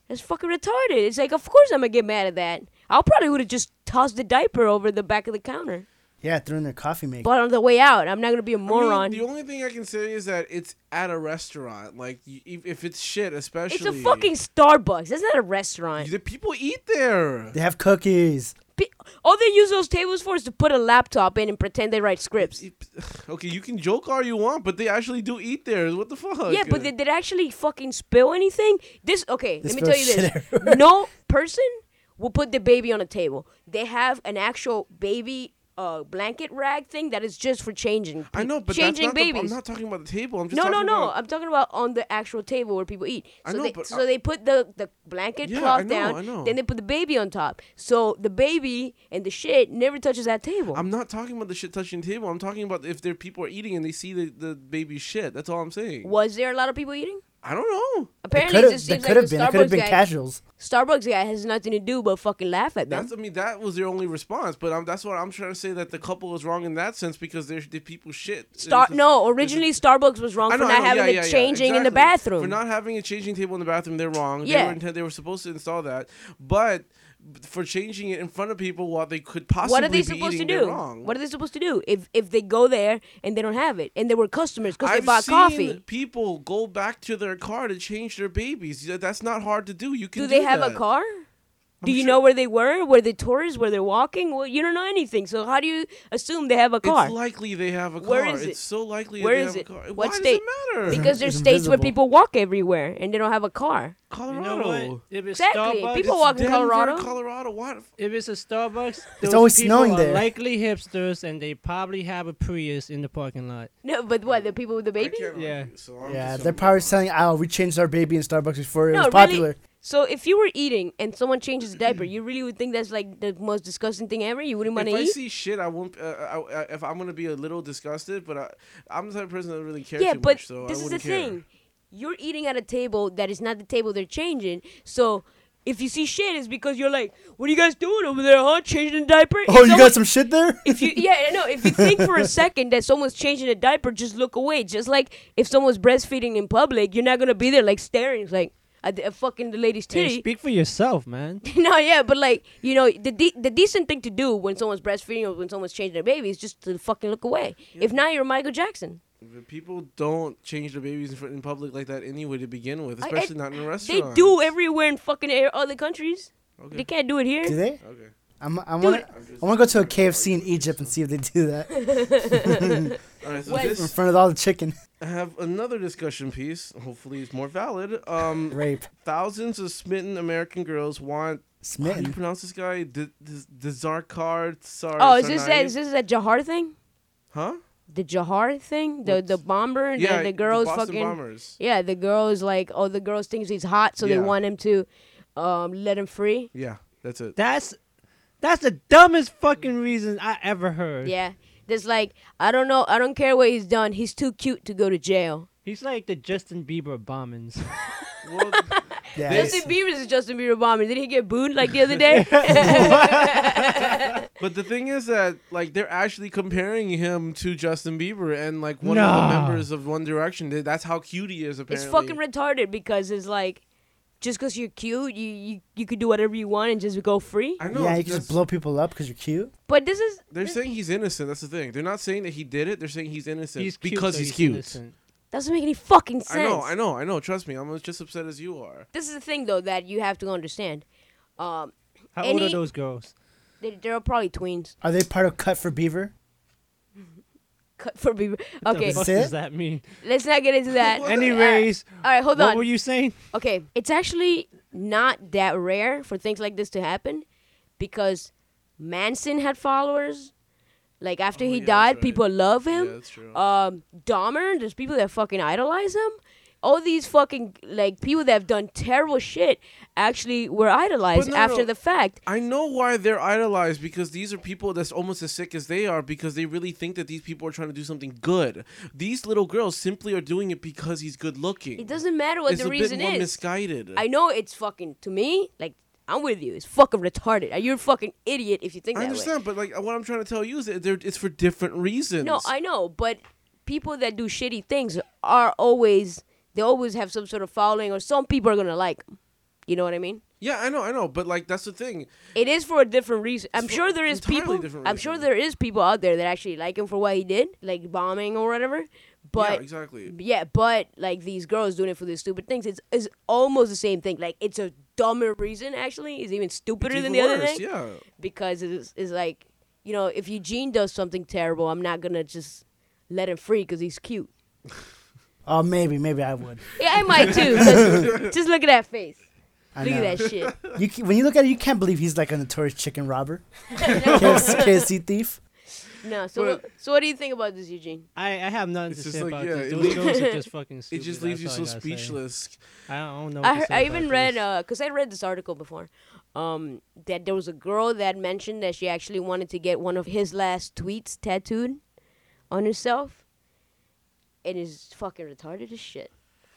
Speaker 7: That's fucking retarded. It's like, of course I'm gonna get mad at that. I probably would have just tossed the diaper over the back of the counter.
Speaker 5: Yeah, throwing their coffee maker.
Speaker 7: But on the way out, I'm not gonna be a
Speaker 3: I mean,
Speaker 7: moron.
Speaker 3: the only thing I can say is that it's at a restaurant. Like y- if, if it's shit,
Speaker 7: It's
Speaker 3: especially
Speaker 7: a fucking Starbucks. That's not a restaurant.
Speaker 3: The people eat there.
Speaker 5: they have cookies.
Speaker 7: Pe- All they use those tables for is to put a laptop in and pretend they write scripts.
Speaker 3: Okay, you can joke all you want, but they actually do eat there. What the fuck?
Speaker 7: Yeah, but did, did it actually fucking spill anything? This okay.
Speaker 5: They
Speaker 7: let me
Speaker 5: spill
Speaker 7: tell you
Speaker 5: shit
Speaker 7: this:
Speaker 5: everywhere.
Speaker 7: no person will put the baby on a table. They have an actual baby uh, blanket rag thing that is just for changing.
Speaker 3: I
Speaker 7: pe-
Speaker 3: know, but
Speaker 7: changing
Speaker 3: that's not the-
Speaker 7: babies.
Speaker 3: I'm not talking about the table. I'm just
Speaker 7: no, no,
Speaker 3: talking
Speaker 7: no! uh,
Speaker 3: about-
Speaker 7: I'm talking about on the actual table where people eat.
Speaker 3: I
Speaker 7: So
Speaker 3: know,
Speaker 7: they
Speaker 3: but
Speaker 7: so
Speaker 3: I-
Speaker 7: they put the the blanket
Speaker 3: Yeah, I
Speaker 7: cloth
Speaker 3: know,
Speaker 7: down.
Speaker 3: I know.
Speaker 7: Then they put the baby on top. So the baby and the shit never touches that table.
Speaker 3: I'm not talking about the shit touching table. I'm talking about if there people are eating and they see the, the baby's shit. That's all I'm saying.
Speaker 7: Was there a lot of people eating?
Speaker 3: I don't know.
Speaker 5: They
Speaker 7: Apparently,
Speaker 5: could
Speaker 7: it
Speaker 5: have.
Speaker 7: just
Speaker 5: They
Speaker 7: seems
Speaker 5: could
Speaker 7: like
Speaker 5: have
Speaker 7: the
Speaker 5: been. It could have been
Speaker 7: Starbucks guy.
Speaker 5: casuals.
Speaker 7: Starbucks guy has nothing to do but fucking laugh at them.
Speaker 3: That's I mean that was their only response. But I'm, that's what I'm trying to say that the couple is wrong in that sense because they're the people shit.
Speaker 7: Star-
Speaker 3: There's a-
Speaker 7: no,
Speaker 3: there's a-
Speaker 7: originally Starbucks was wrong
Speaker 3: I know,
Speaker 7: for
Speaker 3: I
Speaker 7: not
Speaker 3: know.
Speaker 7: having
Speaker 3: Yeah,
Speaker 7: the
Speaker 3: yeah, yeah,
Speaker 7: changing in the
Speaker 3: exactly.
Speaker 7: bathroom.
Speaker 3: For not having a changing table in the bathroom, they're wrong. They
Speaker 7: Yeah.
Speaker 3: were intent, they were supposed to install that, but for changing it in front of people while they could possibly
Speaker 7: what are they
Speaker 3: be
Speaker 7: supposed to
Speaker 3: eating, they're
Speaker 7: do?
Speaker 3: Wrong.
Speaker 7: What are they supposed to do if if they go there and they don't have it and they were customers because they
Speaker 3: I've
Speaker 7: bought
Speaker 3: seen
Speaker 7: coffee?
Speaker 3: people go back to their car to change their babies. Yeah, That's not hard to do. You can
Speaker 7: Do they have
Speaker 3: that.
Speaker 7: a car? Do you know where they were? Were they tourists? Were they walking? Well, you don't know anything. So how do you assume they have a car?
Speaker 3: It's likely they have a car.
Speaker 7: Where is it?
Speaker 3: It's so likely
Speaker 7: Where
Speaker 3: they
Speaker 7: is
Speaker 3: have
Speaker 7: it?
Speaker 3: a car.
Speaker 7: What
Speaker 3: Why does
Speaker 7: state?
Speaker 3: it matter?
Speaker 7: because there's
Speaker 5: It's
Speaker 7: states where
Speaker 5: invisible.
Speaker 7: people walk everywhere and they don't have a car.
Speaker 4: You
Speaker 3: Colorado.
Speaker 4: know what? If it's
Speaker 7: Exactly.
Speaker 4: Starbucks,
Speaker 7: People walk in
Speaker 3: Denver,
Speaker 7: Colorado.
Speaker 3: Colorado. What?
Speaker 4: If it's a Starbucks, those
Speaker 5: always
Speaker 4: people
Speaker 5: snowing
Speaker 4: are
Speaker 5: there.
Speaker 4: Likely hipsters, and they probably have a Prius in the parking lot.
Speaker 7: No, but what the people with the baby?
Speaker 4: Yeah.
Speaker 5: Yeah, they're probably selling. Oh, we changed our baby in Starbucks before it
Speaker 7: No,
Speaker 5: was
Speaker 7: really.
Speaker 5: popular.
Speaker 7: So if you were eating and someone changes a diaper, you really would think that's like the most disgusting thing ever. You wouldn't want
Speaker 3: If
Speaker 7: to
Speaker 3: I
Speaker 7: eat.
Speaker 3: see shit, I won't. Uh, I, I, if I'm gonna be a little disgusted, but I, I'm the type of person that really cares.
Speaker 7: Yeah,
Speaker 3: too
Speaker 7: but
Speaker 3: much, so
Speaker 7: this
Speaker 3: I
Speaker 7: is the
Speaker 3: wouldn't care.
Speaker 7: thing. You're eating at a table that is not the table they're changing. So if you see shit, it's because you're like, "What are you guys doing over there, huh? Changing a diaper?" If
Speaker 5: Oh, you
Speaker 7: someone-
Speaker 5: got some shit there.
Speaker 7: If you yeah no, if you think for a second that someone's changing a diaper, just look away. Just like if someone's breastfeeding in public, you're not gonna be there like staring like at the, at fucking the lady's
Speaker 4: Hey,
Speaker 7: titty.
Speaker 4: speak for yourself, man.
Speaker 7: no, yeah, but like you know, the de- the decent thing to do when someone's breastfeeding or when someone's changing a baby is just to fucking look away. If not, you're Michael Jackson.
Speaker 3: But people don't change their babies in, front, in public like that anyway to begin with,
Speaker 7: I- I-
Speaker 3: especially not in a
Speaker 7: They
Speaker 3: restaurant.
Speaker 7: do everywhere in fucking air- other countries.
Speaker 3: Okay.
Speaker 7: They can't do it here.
Speaker 5: Do they?
Speaker 3: okay.
Speaker 5: I'm, I want to. I want to go to a KFC in Egypt and see if they do that
Speaker 3: All right, so
Speaker 7: Wait.
Speaker 5: in
Speaker 3: this,
Speaker 5: front of all the chicken
Speaker 3: I have another discussion piece. Hopefully, it's more valid. Um,
Speaker 5: rape.
Speaker 3: thousands of smitten American girls want. How do you
Speaker 5: Smitten.
Speaker 3: pronounce this guy? The Zarkar Tsar.
Speaker 7: Oh, is this
Speaker 3: Tsarnaev?
Speaker 7: a, is this a Jahar thing?
Speaker 3: Huh?
Speaker 7: The Jahar thing? The the bomber? and the, the girls
Speaker 3: Boston
Speaker 7: fucking.
Speaker 3: Bombers.
Speaker 7: Yeah, the girls like oh the girls thinks he's hot, so
Speaker 3: Yeah.
Speaker 7: they want him to um, let him free.
Speaker 3: Yeah, that's it.
Speaker 4: That's that's the dumbest fucking reason I ever heard.
Speaker 7: Yeah, there's like I don't know, I don't care what he's done. He's too cute to go to jail.
Speaker 4: He's like the Justin Bieber of bombings.
Speaker 3: Well,
Speaker 5: Yeah, it's-
Speaker 7: Justin Bieber is Justin Bieber bombing. Did he get booed like the other day?
Speaker 3: but the thing is that like they're actually comparing him to Justin Bieber and like one of the
Speaker 4: No.
Speaker 3: members of One Direction. Th- That's how cute he is.
Speaker 7: it's
Speaker 3: Apparently,
Speaker 7: fucking retarded because it's like just because you're cute, you, you you could do whatever you want and just go free.
Speaker 3: I know.
Speaker 5: yeah, you can
Speaker 3: that's-
Speaker 5: just blow people up because you're cute.
Speaker 7: But this is
Speaker 3: They're saying he's innocent. That's the thing. They're not saying that he did it. They're saying he's innocent
Speaker 4: He's cute,
Speaker 3: because
Speaker 4: so
Speaker 3: he's cute.
Speaker 4: innocent.
Speaker 7: doesn't make any fucking sense.
Speaker 3: I know. I know. I know. Trust me. I'm just upset as you are.
Speaker 7: This is the thing though that you have to understand. Um,
Speaker 4: How old are
Speaker 7: Any-
Speaker 4: those girls?
Speaker 7: they, they're probably tweens.
Speaker 5: Are they part of Cut for Beaver?
Speaker 7: Cut for Bieber.
Speaker 4: The
Speaker 7: Okay,
Speaker 4: fuck
Speaker 5: That's it?
Speaker 4: does that mean?
Speaker 7: let's not get into that.
Speaker 4: Anyways,
Speaker 7: All right, hold
Speaker 4: what
Speaker 7: on.
Speaker 4: were you saying?
Speaker 7: okay, it's actually not that rare for things like this to happen because Manson had followers. Like after
Speaker 3: Oh,
Speaker 7: he
Speaker 3: yeah, that's
Speaker 7: died,
Speaker 3: right.
Speaker 7: people love
Speaker 3: Yeah,
Speaker 7: him.
Speaker 3: that's true.
Speaker 7: um, Dahmer, there's people that fucking idolize him. All these fucking like people that have done terrible shit actually were idolized
Speaker 3: no,
Speaker 7: after
Speaker 3: no.
Speaker 7: the fact.
Speaker 3: I know why they're idolized because these are people that's almost as sick as they are because they really think that these people are trying to do something good. These little girls simply are doing it because he's good looking.
Speaker 7: It doesn't matter what
Speaker 3: it's
Speaker 7: the
Speaker 3: a
Speaker 7: reason
Speaker 3: bit more
Speaker 7: is.
Speaker 3: misguided.
Speaker 7: I know it's fucking to me like I'm with you. It's fucking retarded. You're a fucking idiot if you think
Speaker 3: I
Speaker 7: that way.
Speaker 3: understand, but like what I'm trying to tell you is that they're, it's for different reasons.
Speaker 7: No, I know, but people that do shitty things are always they always have some sort of following, or some people are gonna like 'em. You know what I mean?
Speaker 3: yeah, I know, I know, but like that's the thing.
Speaker 7: It is for a different reason. I'm
Speaker 3: It's for
Speaker 7: sure there is
Speaker 3: entirely
Speaker 7: people.
Speaker 3: different
Speaker 7: I'm sure
Speaker 3: reason.
Speaker 7: there is people out there that actually like him for what he did, like bombing or whatever. But
Speaker 3: yeah,
Speaker 7: yeah,
Speaker 3: exactly.
Speaker 7: but like these girls doing it for these stupid things, it's, it's almost the same thing. Like it's a dumber reason. Actually, it's even stupider
Speaker 3: It's
Speaker 7: than the
Speaker 3: even
Speaker 7: other
Speaker 3: worse,
Speaker 7: thing
Speaker 3: Yeah.
Speaker 7: because it's, it's like you know if Eugene does something terrible, I'm not gonna just let him free because he's cute.
Speaker 5: Oh, maybe, maybe I would.
Speaker 7: Yeah, I might too. 'cause just look at that face.
Speaker 5: I
Speaker 7: look
Speaker 5: know.
Speaker 7: at that shit.
Speaker 5: You ca- when you look at it, you can't believe he's like a notorious chicken robber, KFC, KFC thief.
Speaker 7: No, so
Speaker 3: But-
Speaker 7: what, so what do you think about this, Eugene?
Speaker 4: I, I have nothing
Speaker 3: It's
Speaker 4: to
Speaker 3: just
Speaker 4: say
Speaker 3: like,
Speaker 4: about
Speaker 3: yeah,
Speaker 4: this.
Speaker 3: it
Speaker 4: Those
Speaker 3: leaves-
Speaker 4: girls are just fucking
Speaker 3: It
Speaker 4: stupid.
Speaker 3: just
Speaker 4: That's
Speaker 3: leaves you
Speaker 4: all I
Speaker 3: so
Speaker 4: gotta say.
Speaker 3: speechless.
Speaker 4: I don't know. What
Speaker 7: I,
Speaker 4: to
Speaker 7: heard,
Speaker 4: say
Speaker 7: I
Speaker 4: about
Speaker 7: even read
Speaker 4: this.
Speaker 7: uh, cause I read this article before, um, that there was a girl that mentioned that she actually wanted to get one of his last tweets tattooed on herself. It is fucking retarded as shit.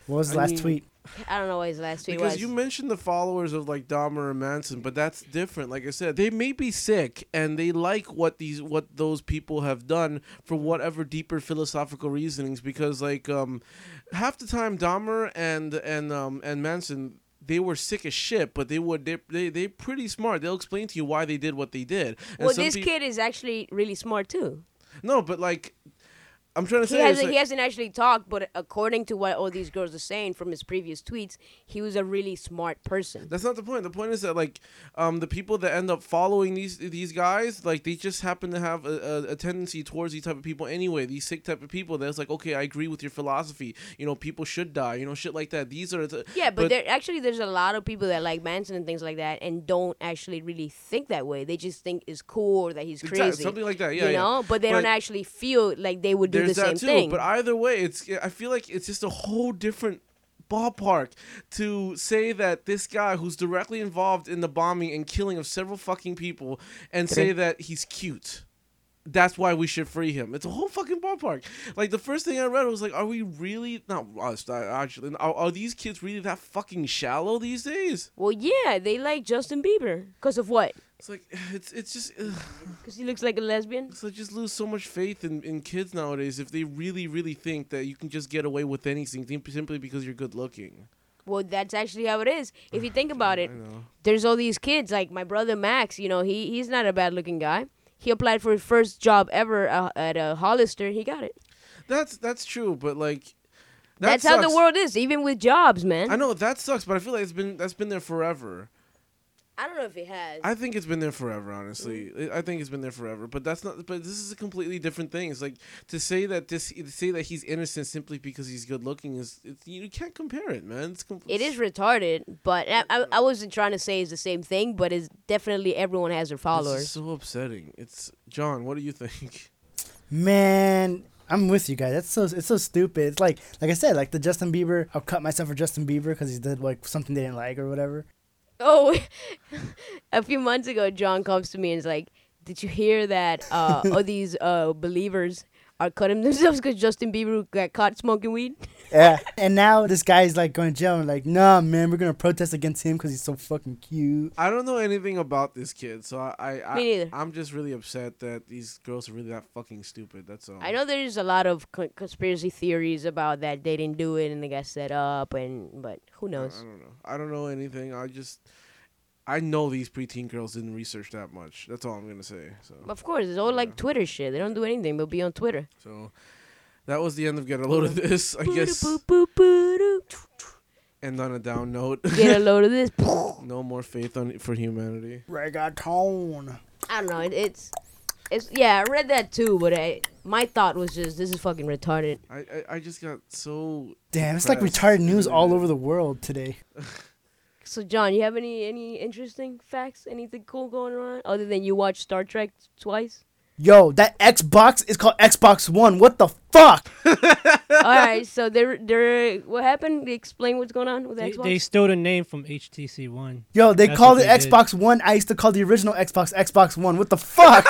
Speaker 5: What was the
Speaker 3: I
Speaker 5: last
Speaker 3: mean-
Speaker 5: tweet?
Speaker 7: I don't know what his last tweet
Speaker 3: Because
Speaker 7: was.
Speaker 3: you mentioned the followers of like Dahmer and Manson, but that's different. Like I said, they may be sick and they like what these what those people have done for whatever deeper philosophical reasonings. Because like um, half the time Dahmer and and um and Manson. They were sick as shit, but they were they they they pretty smart. They'll explain to you why they did what they did. And
Speaker 7: well,
Speaker 3: some
Speaker 7: this
Speaker 3: peop-
Speaker 7: kid is actually really smart too.
Speaker 3: no, but like I'm trying to
Speaker 7: He
Speaker 3: say it's
Speaker 7: hasn't, he
Speaker 3: like-
Speaker 7: hasn't actually talked, but according to what all these girls are saying from his previous tweets, he was a really smart person.
Speaker 3: that's not the point. The point is that like um, the people that end up following these these guys, like they just happen to have a, a, a tendency towards these type of people anyway. These sick type of people that's like, okay, I agree with your philosophy. You know, people should die. You know, shit like that. These are the,
Speaker 7: Yeah, but, there actually there's a lot of people that like Manson and things like that and don't actually really think that way. They just think it's cool or that he's
Speaker 3: Exact-
Speaker 7: crazy.
Speaker 3: something like that, yeah,
Speaker 7: You
Speaker 3: yeah.
Speaker 7: know, but they don't
Speaker 3: But-
Speaker 7: actually feel like they would do the
Speaker 3: there's
Speaker 7: same
Speaker 3: that too.
Speaker 7: thing.
Speaker 3: But either way, it's I feel like it's just a whole different ballpark to say that this guy who's directly involved in the bombing and killing of several fucking people and say that he's cute. That's why we should free him. It's a whole fucking ballpark. Like the first thing I read was like, "Are we really not us? not Actually, are, are these kids really that fucking shallow these days?"
Speaker 7: well, yeah, they like Justin Bieber because of what?
Speaker 3: It's like it's it's just ugh.
Speaker 7: Because he looks like a lesbian.
Speaker 3: So I just lose so much faith in, in kids nowadays if they really, really think that you can just get away with anything sim- simply because you're good looking.
Speaker 7: Well, that's actually how it is. If you think about it,
Speaker 3: I know.
Speaker 7: there's all these kids like my brother Max. You know, he he's not a bad looking guy. He applied for his first job ever uh, at a Hollister. He got it.
Speaker 3: That's that's true, but like that
Speaker 7: that's how the
Speaker 3: sucks.
Speaker 7: world is, even with jobs, man.
Speaker 3: I know that sucks, but I feel like it's been that's been there forever.
Speaker 7: I don't know if he has.
Speaker 3: I think it's been there forever, honestly. I I think it's been there forever, but that's not. But this is a completely different thing. It's like to say that this, to say that he's innocent simply because he's good looking is it's, you can't compare it, man. It's com-
Speaker 7: It is retarded, but I, I, I wasn't trying to say it's the same thing, but it's definitely everyone has their
Speaker 3: This is
Speaker 7: followers.
Speaker 3: so upsetting. It's John. What do you think?
Speaker 5: Man, I'm with you guys. That's so it's so stupid. It's like like I said, like the Justin Bieber. I'll cut myself for Justin Bieber because he did like something they didn't like or whatever.
Speaker 7: Oh, a few months ago, John comes to me and is like, "Did you hear that? Uh, all these uh, believers are cutting themselves because Justin Bieber got caught smoking weed."
Speaker 3: Oh.
Speaker 5: Yeah. And now this guy's like going to jail and like, nah, man, we're gonna protest against him because he's so fucking cute.
Speaker 3: I don't know anything about this kid, so I, I, I
Speaker 7: Me neither.
Speaker 3: I'm just really upset that these girls are really that fucking stupid. That's all.
Speaker 7: I know there's a lot of co- conspiracy theories about that they didn't do it and they got set up, and but who
Speaker 3: I, I
Speaker 7: knows?
Speaker 3: don't know. I don't know anything. I just, I know these preteen girls didn't research that much. That's all I'm gonna say. So,
Speaker 7: Of course, it's all like Twitter shit. They don't do anything but be on Twitter.
Speaker 3: so that was the end of get a load of this, I guess.
Speaker 7: Boop, boop, boop, boop.
Speaker 3: And on a down note,
Speaker 7: Get a load of this.
Speaker 3: no more faith on for humanity.
Speaker 5: Reggaeton.
Speaker 7: I don't know. It, it's, it's yeah. I read that too, but I, my thought was just this is fucking retarded.
Speaker 3: I, I, I just got so
Speaker 5: Damn, it's like
Speaker 3: depressed.
Speaker 5: retired news all over the world today.
Speaker 7: So John, you have any any interesting facts? Anything cool going on other than you watch Star Trek twice?
Speaker 5: Yo, that Xbox is called Xbox One. What the fuck?
Speaker 7: All right. So there there what happened? Explain what's going on with
Speaker 4: They,
Speaker 7: Xbox.
Speaker 4: they stole the name from HTC One.
Speaker 5: Yo, they
Speaker 4: That's
Speaker 5: called
Speaker 4: what
Speaker 5: it
Speaker 4: they did.
Speaker 5: Xbox One. I used to call the original Xbox Xbox One. What the fuck?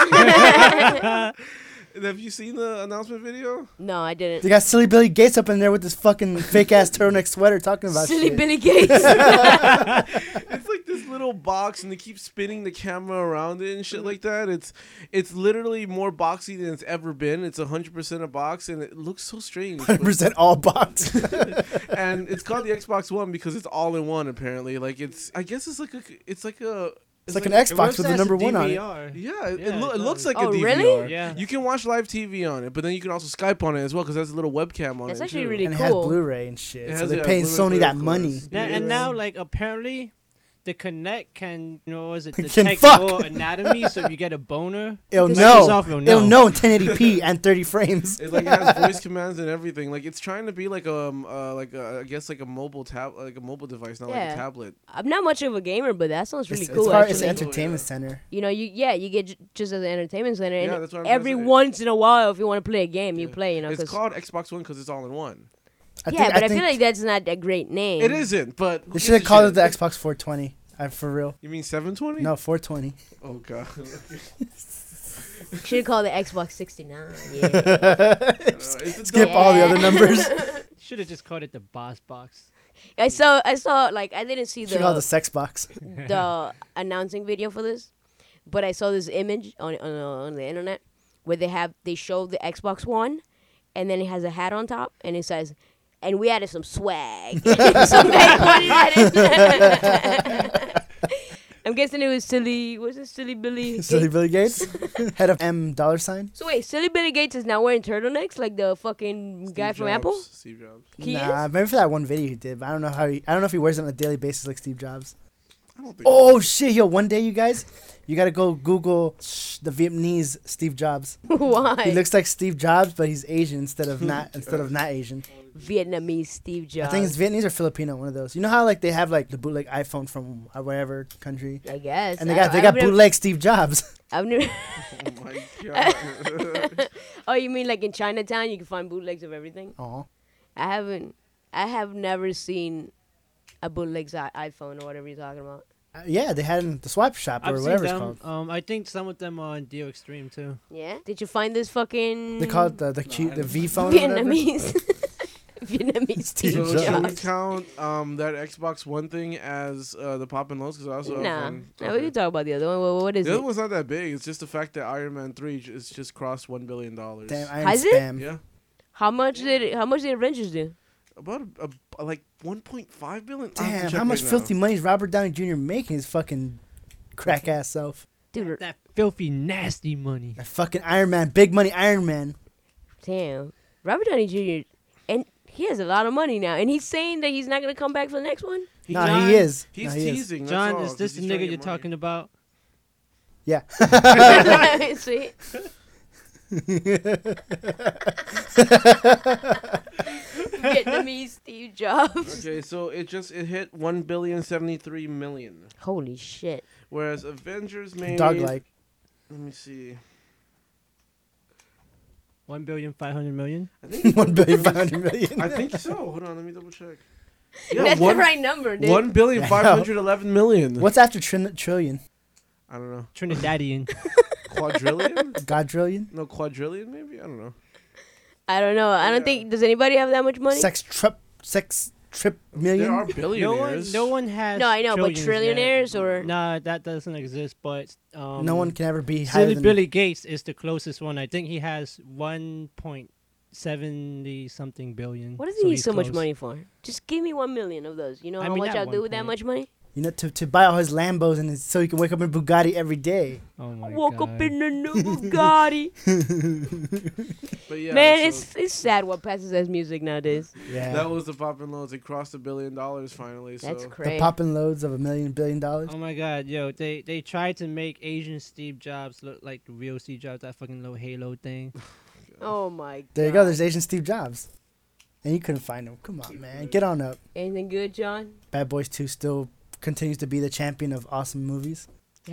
Speaker 3: Have you seen the announcement video?
Speaker 7: no, I
Speaker 5: They
Speaker 7: didn't.
Speaker 5: got silly Billy Gates up in there with this fucking fake ass turtleneck sweater talking about
Speaker 7: Silly
Speaker 5: shit.
Speaker 7: Billy Gates.
Speaker 3: it's like this little box and they keep spinning the camera around it and
Speaker 5: Mm-hmm.
Speaker 3: shit like that it's it's literally more boxy than it's ever been it's 100% a box and it looks so strange
Speaker 5: 100% all box.
Speaker 3: and it's called the xbox one because it's all in one apparently like it's i guess it's like a it's like a
Speaker 5: It's like an Xbox with the number one on it.
Speaker 4: on
Speaker 3: yeah, it,
Speaker 4: Yeah,
Speaker 3: it, loo- it
Speaker 4: it
Speaker 3: looks
Speaker 4: does.
Speaker 3: like
Speaker 7: Oh,
Speaker 3: a DVR.
Speaker 7: really?
Speaker 4: Yeah.
Speaker 3: You can watch live TV on it, but then you can also Skype on it as well because that's a little webcam on
Speaker 7: That's
Speaker 3: it.
Speaker 7: actually
Speaker 3: too.
Speaker 7: really
Speaker 5: And it has
Speaker 7: cool.
Speaker 5: Blu-ray and shit.
Speaker 3: It
Speaker 5: so
Speaker 3: has,
Speaker 5: they're
Speaker 3: yeah,
Speaker 5: paying
Speaker 3: Blu-ray
Speaker 5: Sony
Speaker 3: player,
Speaker 5: that
Speaker 3: of course.
Speaker 5: money.
Speaker 4: Now, and
Speaker 3: Yeah.
Speaker 4: now, like apparently, the Connect can you know is it
Speaker 5: Can
Speaker 4: detect
Speaker 5: fuck.
Speaker 4: your anatomy? so if you get a boner,
Speaker 5: It'll
Speaker 4: Microsoft
Speaker 5: know.
Speaker 4: will
Speaker 5: It'll know in 1080p and 30 frames.
Speaker 3: It like has voice commands and everything. Like it's trying to be like um uh, like a, I guess like a mobile tab like a mobile device, not like
Speaker 7: Yeah.
Speaker 3: a tablet.
Speaker 7: I'm not much of a gamer, but that sounds really
Speaker 5: it's,
Speaker 7: cool.
Speaker 5: it's, hard- it's
Speaker 7: actually.
Speaker 5: an entertainment center.
Speaker 7: you know, you yeah, you get j- just as an entertainment center,
Speaker 3: Yeah,
Speaker 7: and
Speaker 3: that's what I'm trying to
Speaker 7: every
Speaker 3: say.
Speaker 7: once in a while, if you want to play a game, you
Speaker 3: Yeah.
Speaker 7: play. You know,
Speaker 3: it's
Speaker 7: 'cause-
Speaker 3: called Xbox One because it's all in one.
Speaker 5: I
Speaker 7: yeah,
Speaker 5: think,
Speaker 7: but I,
Speaker 5: I think
Speaker 7: feel like that's not a great name.
Speaker 3: It isn't, but who
Speaker 5: they
Speaker 3: gives
Speaker 5: should have
Speaker 3: a
Speaker 5: called it
Speaker 3: shit?
Speaker 5: the Xbox 420. I, for real.
Speaker 3: You mean 720?
Speaker 5: No, 420.
Speaker 3: Oh god.
Speaker 7: Should call the Xbox 69. Yeah.
Speaker 5: Skip all the other numbers.
Speaker 4: Should have just called it the Boss Box.
Speaker 7: I saw, I saw, like, I didn't see
Speaker 5: should call it the
Speaker 7: the
Speaker 5: sex box.
Speaker 7: the announcing video for this, but I saw this image on on, on the internet where they have they show the Xbox One, and then it has a hat on top, and it says. And we added some swag. Somebody pointed at it. I'm guessing it was silly. Was it silly Billy?
Speaker 5: Silly
Speaker 7: Gates?
Speaker 5: Billy Gates, head of M dollar sign.
Speaker 7: So wait, silly Billy Gates is now wearing turtlenecks like the fucking guy from Apple.
Speaker 3: Steve Jobs.
Speaker 7: He
Speaker 5: nah,
Speaker 7: is.
Speaker 5: maybe for that one video he did. But I don't know how he. I don't know if he wears it on a daily basis like Steve Jobs.
Speaker 3: I don't think
Speaker 5: Oh shit, yo! One day, you guys, you gotta go Google shh, the Vietnamese Steve Jobs.
Speaker 7: Why?
Speaker 5: He looks like Steve Jobs, but he's Asian instead of not instead of not Asian.
Speaker 7: Vietnamese Steve
Speaker 5: I
Speaker 7: Jobs.
Speaker 5: think it's Vietnamese or Filipino, one of those. You know how like they have like the bootleg iPhone from whatever country,
Speaker 7: I guess.
Speaker 5: and they
Speaker 7: I
Speaker 5: got
Speaker 7: don't-
Speaker 5: they
Speaker 7: I've
Speaker 5: got
Speaker 7: never-
Speaker 5: bootleg Steve Jobs.
Speaker 7: I've never.
Speaker 3: Oh my god.
Speaker 7: oh, you mean like in Chinatown you can find bootlegs of everything?
Speaker 5: Aw.
Speaker 7: I haven't. I have never seen a bootlegs i- iPhone or whatever you're talking about.
Speaker 5: Uh, Yeah, they had it in the swap shop or
Speaker 4: I've seen
Speaker 5: whatever it's called.
Speaker 4: them. Um, I think some of them are on Deal Extreme too.
Speaker 7: Yeah. Did you find this fucking?
Speaker 5: They call it the the, Q,
Speaker 3: I
Speaker 5: the
Speaker 3: don't
Speaker 5: V phone. or whatever.
Speaker 7: Vietnamese. Vietnamese Steve
Speaker 5: Steve
Speaker 3: so should we
Speaker 7: Jobs.
Speaker 3: count um, that Xbox One thing as uh, the pop and lows? Because I also have
Speaker 7: Nah,
Speaker 3: one.
Speaker 7: nah, we
Speaker 3: Okay.
Speaker 7: can talk about the other one. What, what is
Speaker 3: The
Speaker 7: it?
Speaker 3: other one's not that big. It's just the fact that Iron Man three j- is just crossed one billion dollars.
Speaker 5: Damn, I am
Speaker 7: Has it?
Speaker 5: spam.
Speaker 3: yeah,
Speaker 7: How much did it, how much did Avengers do?
Speaker 3: about a, a- like one point five billion. I'll have to
Speaker 5: Damn,
Speaker 3: check
Speaker 5: how much
Speaker 3: right now.
Speaker 5: filthy money is Robert Downey Jr. making his fucking crack ass self?
Speaker 7: Dude,
Speaker 4: That filthy, nasty money.
Speaker 5: That fucking Iron Man, big money Iron Man.
Speaker 7: damn. Robert Downey Jr. and he has a lot of money now, and he's saying that he's not gonna come back for the next one.
Speaker 3: He-
Speaker 5: nah,
Speaker 4: John-
Speaker 5: he is.
Speaker 3: He's
Speaker 5: Nah, he is.
Speaker 3: teasing. that's
Speaker 4: John,
Speaker 3: all,
Speaker 4: is
Speaker 3: 'cause
Speaker 4: this the
Speaker 3: he's trying to
Speaker 4: nigga
Speaker 3: get
Speaker 4: you're
Speaker 3: money.
Speaker 4: talking about?
Speaker 5: Yeah.
Speaker 7: See, Vietnamese Steve Jobs.
Speaker 3: Okay, so it just it hit one billion seventy three million,
Speaker 7: Holy shit!
Speaker 3: whereas Avengers made.
Speaker 5: Dog like.
Speaker 3: Let me see.
Speaker 4: One billion five hundred million.
Speaker 3: I think.
Speaker 5: One billion five hundred
Speaker 3: I
Speaker 5: million.
Speaker 3: think so. Hold on, let me double check.
Speaker 7: That's
Speaker 3: one,
Speaker 7: the right number, dude.
Speaker 3: one billion
Speaker 5: Yeah, I
Speaker 3: five
Speaker 5: know.
Speaker 3: hundred eleven million.
Speaker 5: What's after trin- trillion?
Speaker 3: I don't know.
Speaker 4: Trinidadian.
Speaker 3: Quadrillion?
Speaker 5: Godrillion?
Speaker 3: no, quadrillion maybe. I don't know.
Speaker 7: I don't know. I don't
Speaker 3: Yeah.
Speaker 7: think does anybody have that much money.
Speaker 5: Sex trip, sex trip
Speaker 3: There
Speaker 5: million.
Speaker 3: are
Speaker 4: no one,
Speaker 3: billionaires.
Speaker 4: no one has.
Speaker 7: no, I know, but
Speaker 4: trillions
Speaker 7: trillionaires or
Speaker 4: yet. Nah, that doesn't exist. But um,
Speaker 5: no one can ever be higher
Speaker 4: Silly
Speaker 5: than
Speaker 4: Billy Gates is the closest one. I think he has one point seventy something billion.
Speaker 7: what does he need
Speaker 4: he's
Speaker 7: so much
Speaker 4: close.
Speaker 7: money for? Just give me one million of those. You know
Speaker 4: I
Speaker 7: how
Speaker 4: mean,
Speaker 7: much
Speaker 4: at
Speaker 7: I'll do
Speaker 4: one
Speaker 7: with that
Speaker 4: point.
Speaker 7: much money.
Speaker 5: You know, to, to buy all his Lambos and his, so he can wake up in a Bugatti every day.
Speaker 4: Oh my
Speaker 7: Woke
Speaker 4: God.
Speaker 7: up in a new Bugatti.
Speaker 3: But yeah,
Speaker 7: Man,
Speaker 3: so
Speaker 7: it's it's sad what passes as music nowadays.
Speaker 5: Yeah.
Speaker 3: that was the pop and lows. It crossed a billion dollars finally. So
Speaker 7: That's
Speaker 5: the
Speaker 7: crazy.
Speaker 5: popping loads of a million billion dollars.
Speaker 4: Oh my God, yo, they they tried to make Asian Steve Jobs look like the real Steve Jobs. That fucking little halo thing.
Speaker 7: oh my god.
Speaker 5: There you go. There's Asian Steve Jobs, and you couldn't find him. Come on, man, get on up.
Speaker 7: anything good, John?
Speaker 5: Bad Boys Two still continues to be the champion of awesome movies.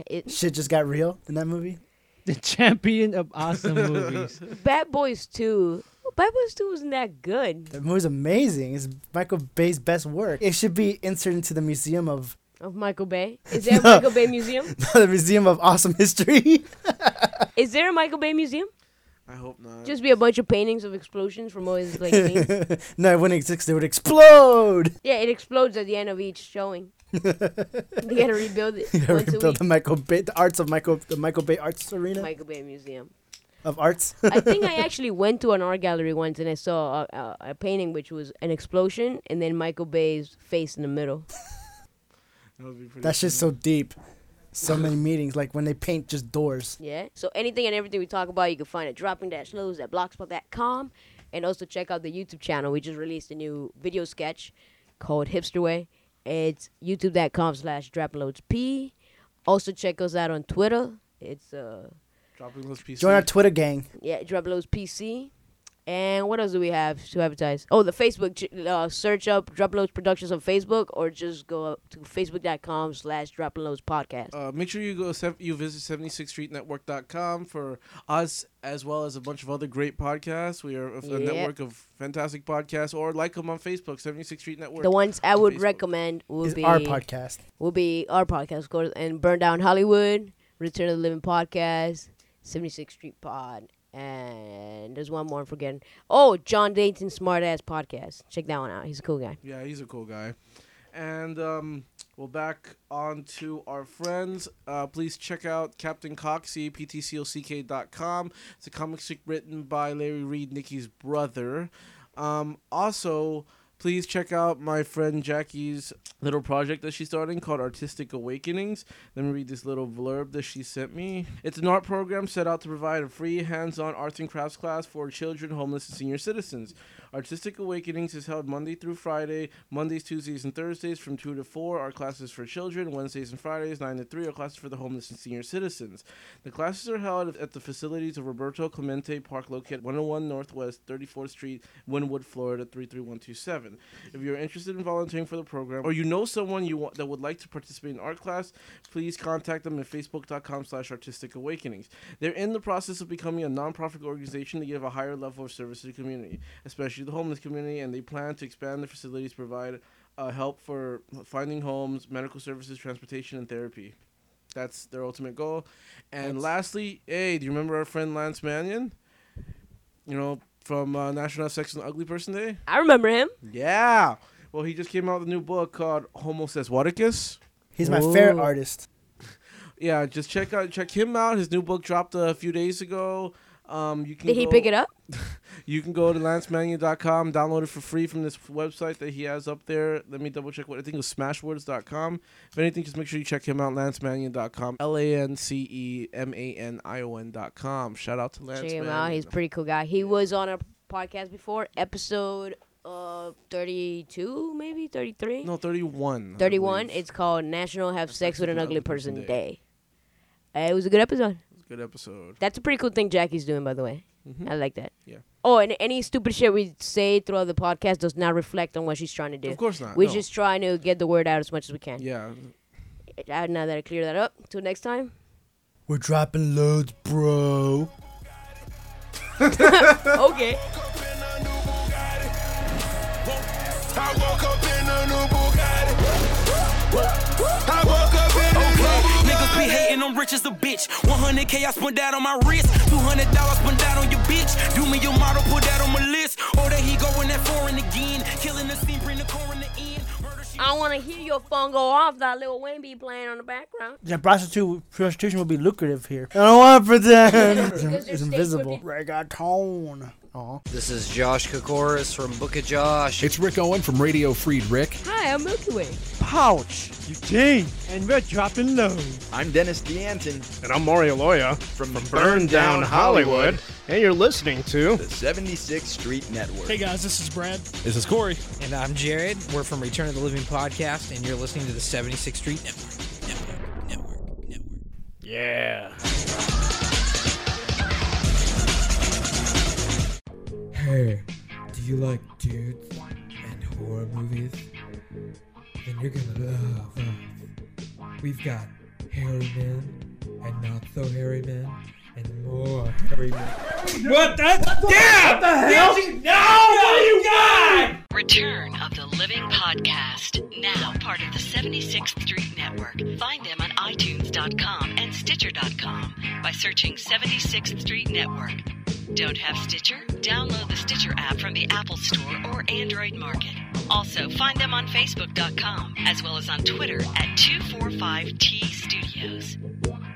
Speaker 7: It,
Speaker 5: Shit just got real in that movie.
Speaker 4: The champion of awesome movies.
Speaker 7: Bad Boys Two. Bad Boys Two wasn't that good.
Speaker 5: That movie's amazing. It's Michael Bay's best work. It should be inserted into the museum of
Speaker 7: Of Michael Bay. Is there a
Speaker 5: No.
Speaker 7: Michael Bay museum?
Speaker 5: the museum of awesome history.
Speaker 7: Is there a Michael Bay museum?
Speaker 3: I hope not.
Speaker 7: Just be a bunch of paintings of explosions from all his like. scenes.
Speaker 5: no, it wouldn't exist. It would explode.
Speaker 7: yeah, it explodes at the end of each showing. you gotta rebuild it
Speaker 5: You ever
Speaker 7: once a
Speaker 5: built
Speaker 7: week.
Speaker 5: the Michael Bay, the arts of Michael, the Michael Bay Arts Arena
Speaker 7: Michael Bay Museum.
Speaker 5: of arts.
Speaker 7: I think I actually went to an art gallery once and I saw a, a, a painting which was an explosion and then Michael Bay's face in the middle.
Speaker 3: that would be pretty.
Speaker 5: That shit's
Speaker 3: funny.
Speaker 5: so deep. So many meetings, like when they paint just doors.
Speaker 7: Yeah. So anything and everything we talk about, you can find at dropping dash lows at blogspot.com. And also check out the YouTube channel. We just released a new video sketch called Hipster Way. It's youtube.com slash droploads P. Also check us out on Twitter. It's uh
Speaker 3: dropping those pieces.
Speaker 5: Join our Twitter gang.
Speaker 7: yeah, droploads PC. And what else do we have to advertise? Oh, the Facebook. ch- Uh, search up Droploads Productions on Facebook or just go up to facebook.com slash Droploads Podcast.
Speaker 3: uh, make sure you go. sev- You visit 76streetnetwork.com for us as well as a bunch of other great podcasts. We are a, a
Speaker 7: Yep.
Speaker 3: network of fantastic podcasts. Or like them on Facebook, 76 Street Network.
Speaker 7: The ones I
Speaker 3: on
Speaker 7: would
Speaker 3: Facebook.
Speaker 7: recommend would
Speaker 5: Is
Speaker 7: be
Speaker 5: our podcast.
Speaker 7: will be our podcast, of course, and Burn Down Hollywood, Return of the Living Podcast, 76th Street Pod, and there's one more I'm forgetting. Oh, John Dayton Smartass Podcast. Check that one out. He's a cool guy.
Speaker 3: Yeah, he's a cool guy. And um, we're back on to our friends. Uh, please check out Captain Coxey, ptcock.com. It's a comic strip written by Larry Reed, Nikki's brother. Um, also, please check out my friend Jackie's little project that she's starting called Artistic Awakenings. Let me read this little blurb that she sent me. It's an art program set out to provide a free, hands on arts and crafts class for children, homeless, and senior citizens. Artistic Awakenings is held Monday through Friday, Mondays, Tuesdays, and Thursdays from 2 to 4 are classes for children, Wednesdays and Fridays, 9 to 3 are classes for the homeless and senior citizens. The classes are held at the facilities of Roberto Clemente Park located 101 Northwest 34th Street, Wynwood, Florida 33127. If you're interested in volunteering for the program or you know someone you want that would like to participate in art class, please contact them at facebook.com slash artistic awakenings. They're in the process of becoming a nonprofit organization to give a higher level of service to the community, especially the homeless community, and they plan to expand the facilities to provide uh, help for finding homes, medical services, transportation, and therapy. That's their ultimate goal. And lastly, hey, do you remember our friend Lance Mannion? You know, from uh, National Have Sex and Ugly Person Day?
Speaker 7: I remember him.
Speaker 3: Yeah. Well, he just came out with a new book called Homo Seswaticus.
Speaker 5: He's my favorite
Speaker 4: Ooh.
Speaker 5: artist.
Speaker 3: Yeah, just check out check him out. His new book dropped a few days ago. Um, you can
Speaker 7: Did he
Speaker 3: go-
Speaker 7: pick it up?
Speaker 3: You can go to lancemania.com, download it for free from this website that he has up there. Let me double check what I think it was smashwords.com. If anything, just make sure you check him out, lancemanion.com. L A N C E M A N I O N.com. Shout out to Lance.
Speaker 7: Check him
Speaker 3: Mannion.
Speaker 7: out. He's a pretty cool guy. He was on a podcast before, episode uh, 32, maybe 33.
Speaker 3: no, 31. I
Speaker 7: 31.
Speaker 3: believe.
Speaker 7: It's called National Have Sex with an Ugly Person Day. Uh, it was a good episode.
Speaker 3: It's a good episode.
Speaker 7: That's a pretty cool thing Jackie's doing, by the way.
Speaker 3: Mhm.
Speaker 7: I like that.
Speaker 3: Yeah.
Speaker 7: Oh, and any stupid shit we say throughout the podcast does not reflect on what she's trying to do.
Speaker 3: Of course not.
Speaker 7: We're
Speaker 3: no.
Speaker 7: just trying to get the word out as much as we can.
Speaker 3: Yeah.
Speaker 7: Uh, Now that I clear that up, till next time.
Speaker 5: We're dropping loads, bro.
Speaker 7: Okay.
Speaker 6: I woke up in a new Bugatti. I woke up in a new Bugatti.
Speaker 2: Niggas be hating, I'm rich as a bitch. 100k I spent that on my wrist. 200 dollars spent that on your bitch. Do me your model, put that on my list. Oh, there he go in that foreign again. Killing the scene, bring the core in the end. Murder she-
Speaker 7: I want to hear your phone go off that Lil Wayne be playing on the background.
Speaker 5: Yeah, prostitute prostitution will be lucrative here. I don't want to pretend.
Speaker 7: Because there's
Speaker 5: it's
Speaker 7: states where
Speaker 5: invisible.
Speaker 7: people-
Speaker 5: Reggaeton. Aw.
Speaker 8: This is Josh Kokoris from Book of Josh.
Speaker 9: It's Rick Owen from Radio Freed Rick.
Speaker 7: Hi, I'm Milky Way.
Speaker 4: Pouch. Eugene. And we're dropping low.
Speaker 10: I'm Dennis DeAnton
Speaker 11: And I'm Mario Loya
Speaker 10: from,
Speaker 11: from Burn Down Hollywood, and you're listening to
Speaker 10: the 76th Street Network.
Speaker 2: guys, this is Brad.
Speaker 9: This is Corey.
Speaker 8: And I'm Jared. We're from Return of the Living Podcast, and you're listening to the 76th Street Network. Network, network, network.
Speaker 11: Yeah.
Speaker 2: Hey, do you like dudes and horror movies? Then you're gonna love us. We've got hairy men and not so hairy men and more hairy men. What the? Damn! What the hell? Did you, no! What you got?
Speaker 12: Return of the Living Podcast, now part of the 76th Street Network. Find them on iTunes.com and Stitcher.com by searching 76th Street Network. Don't have Stitcher? Download the Stitcher app from the Apple Store or Android Market. Also, find them on Facebook.com as well as on Twitter at 245T Studios.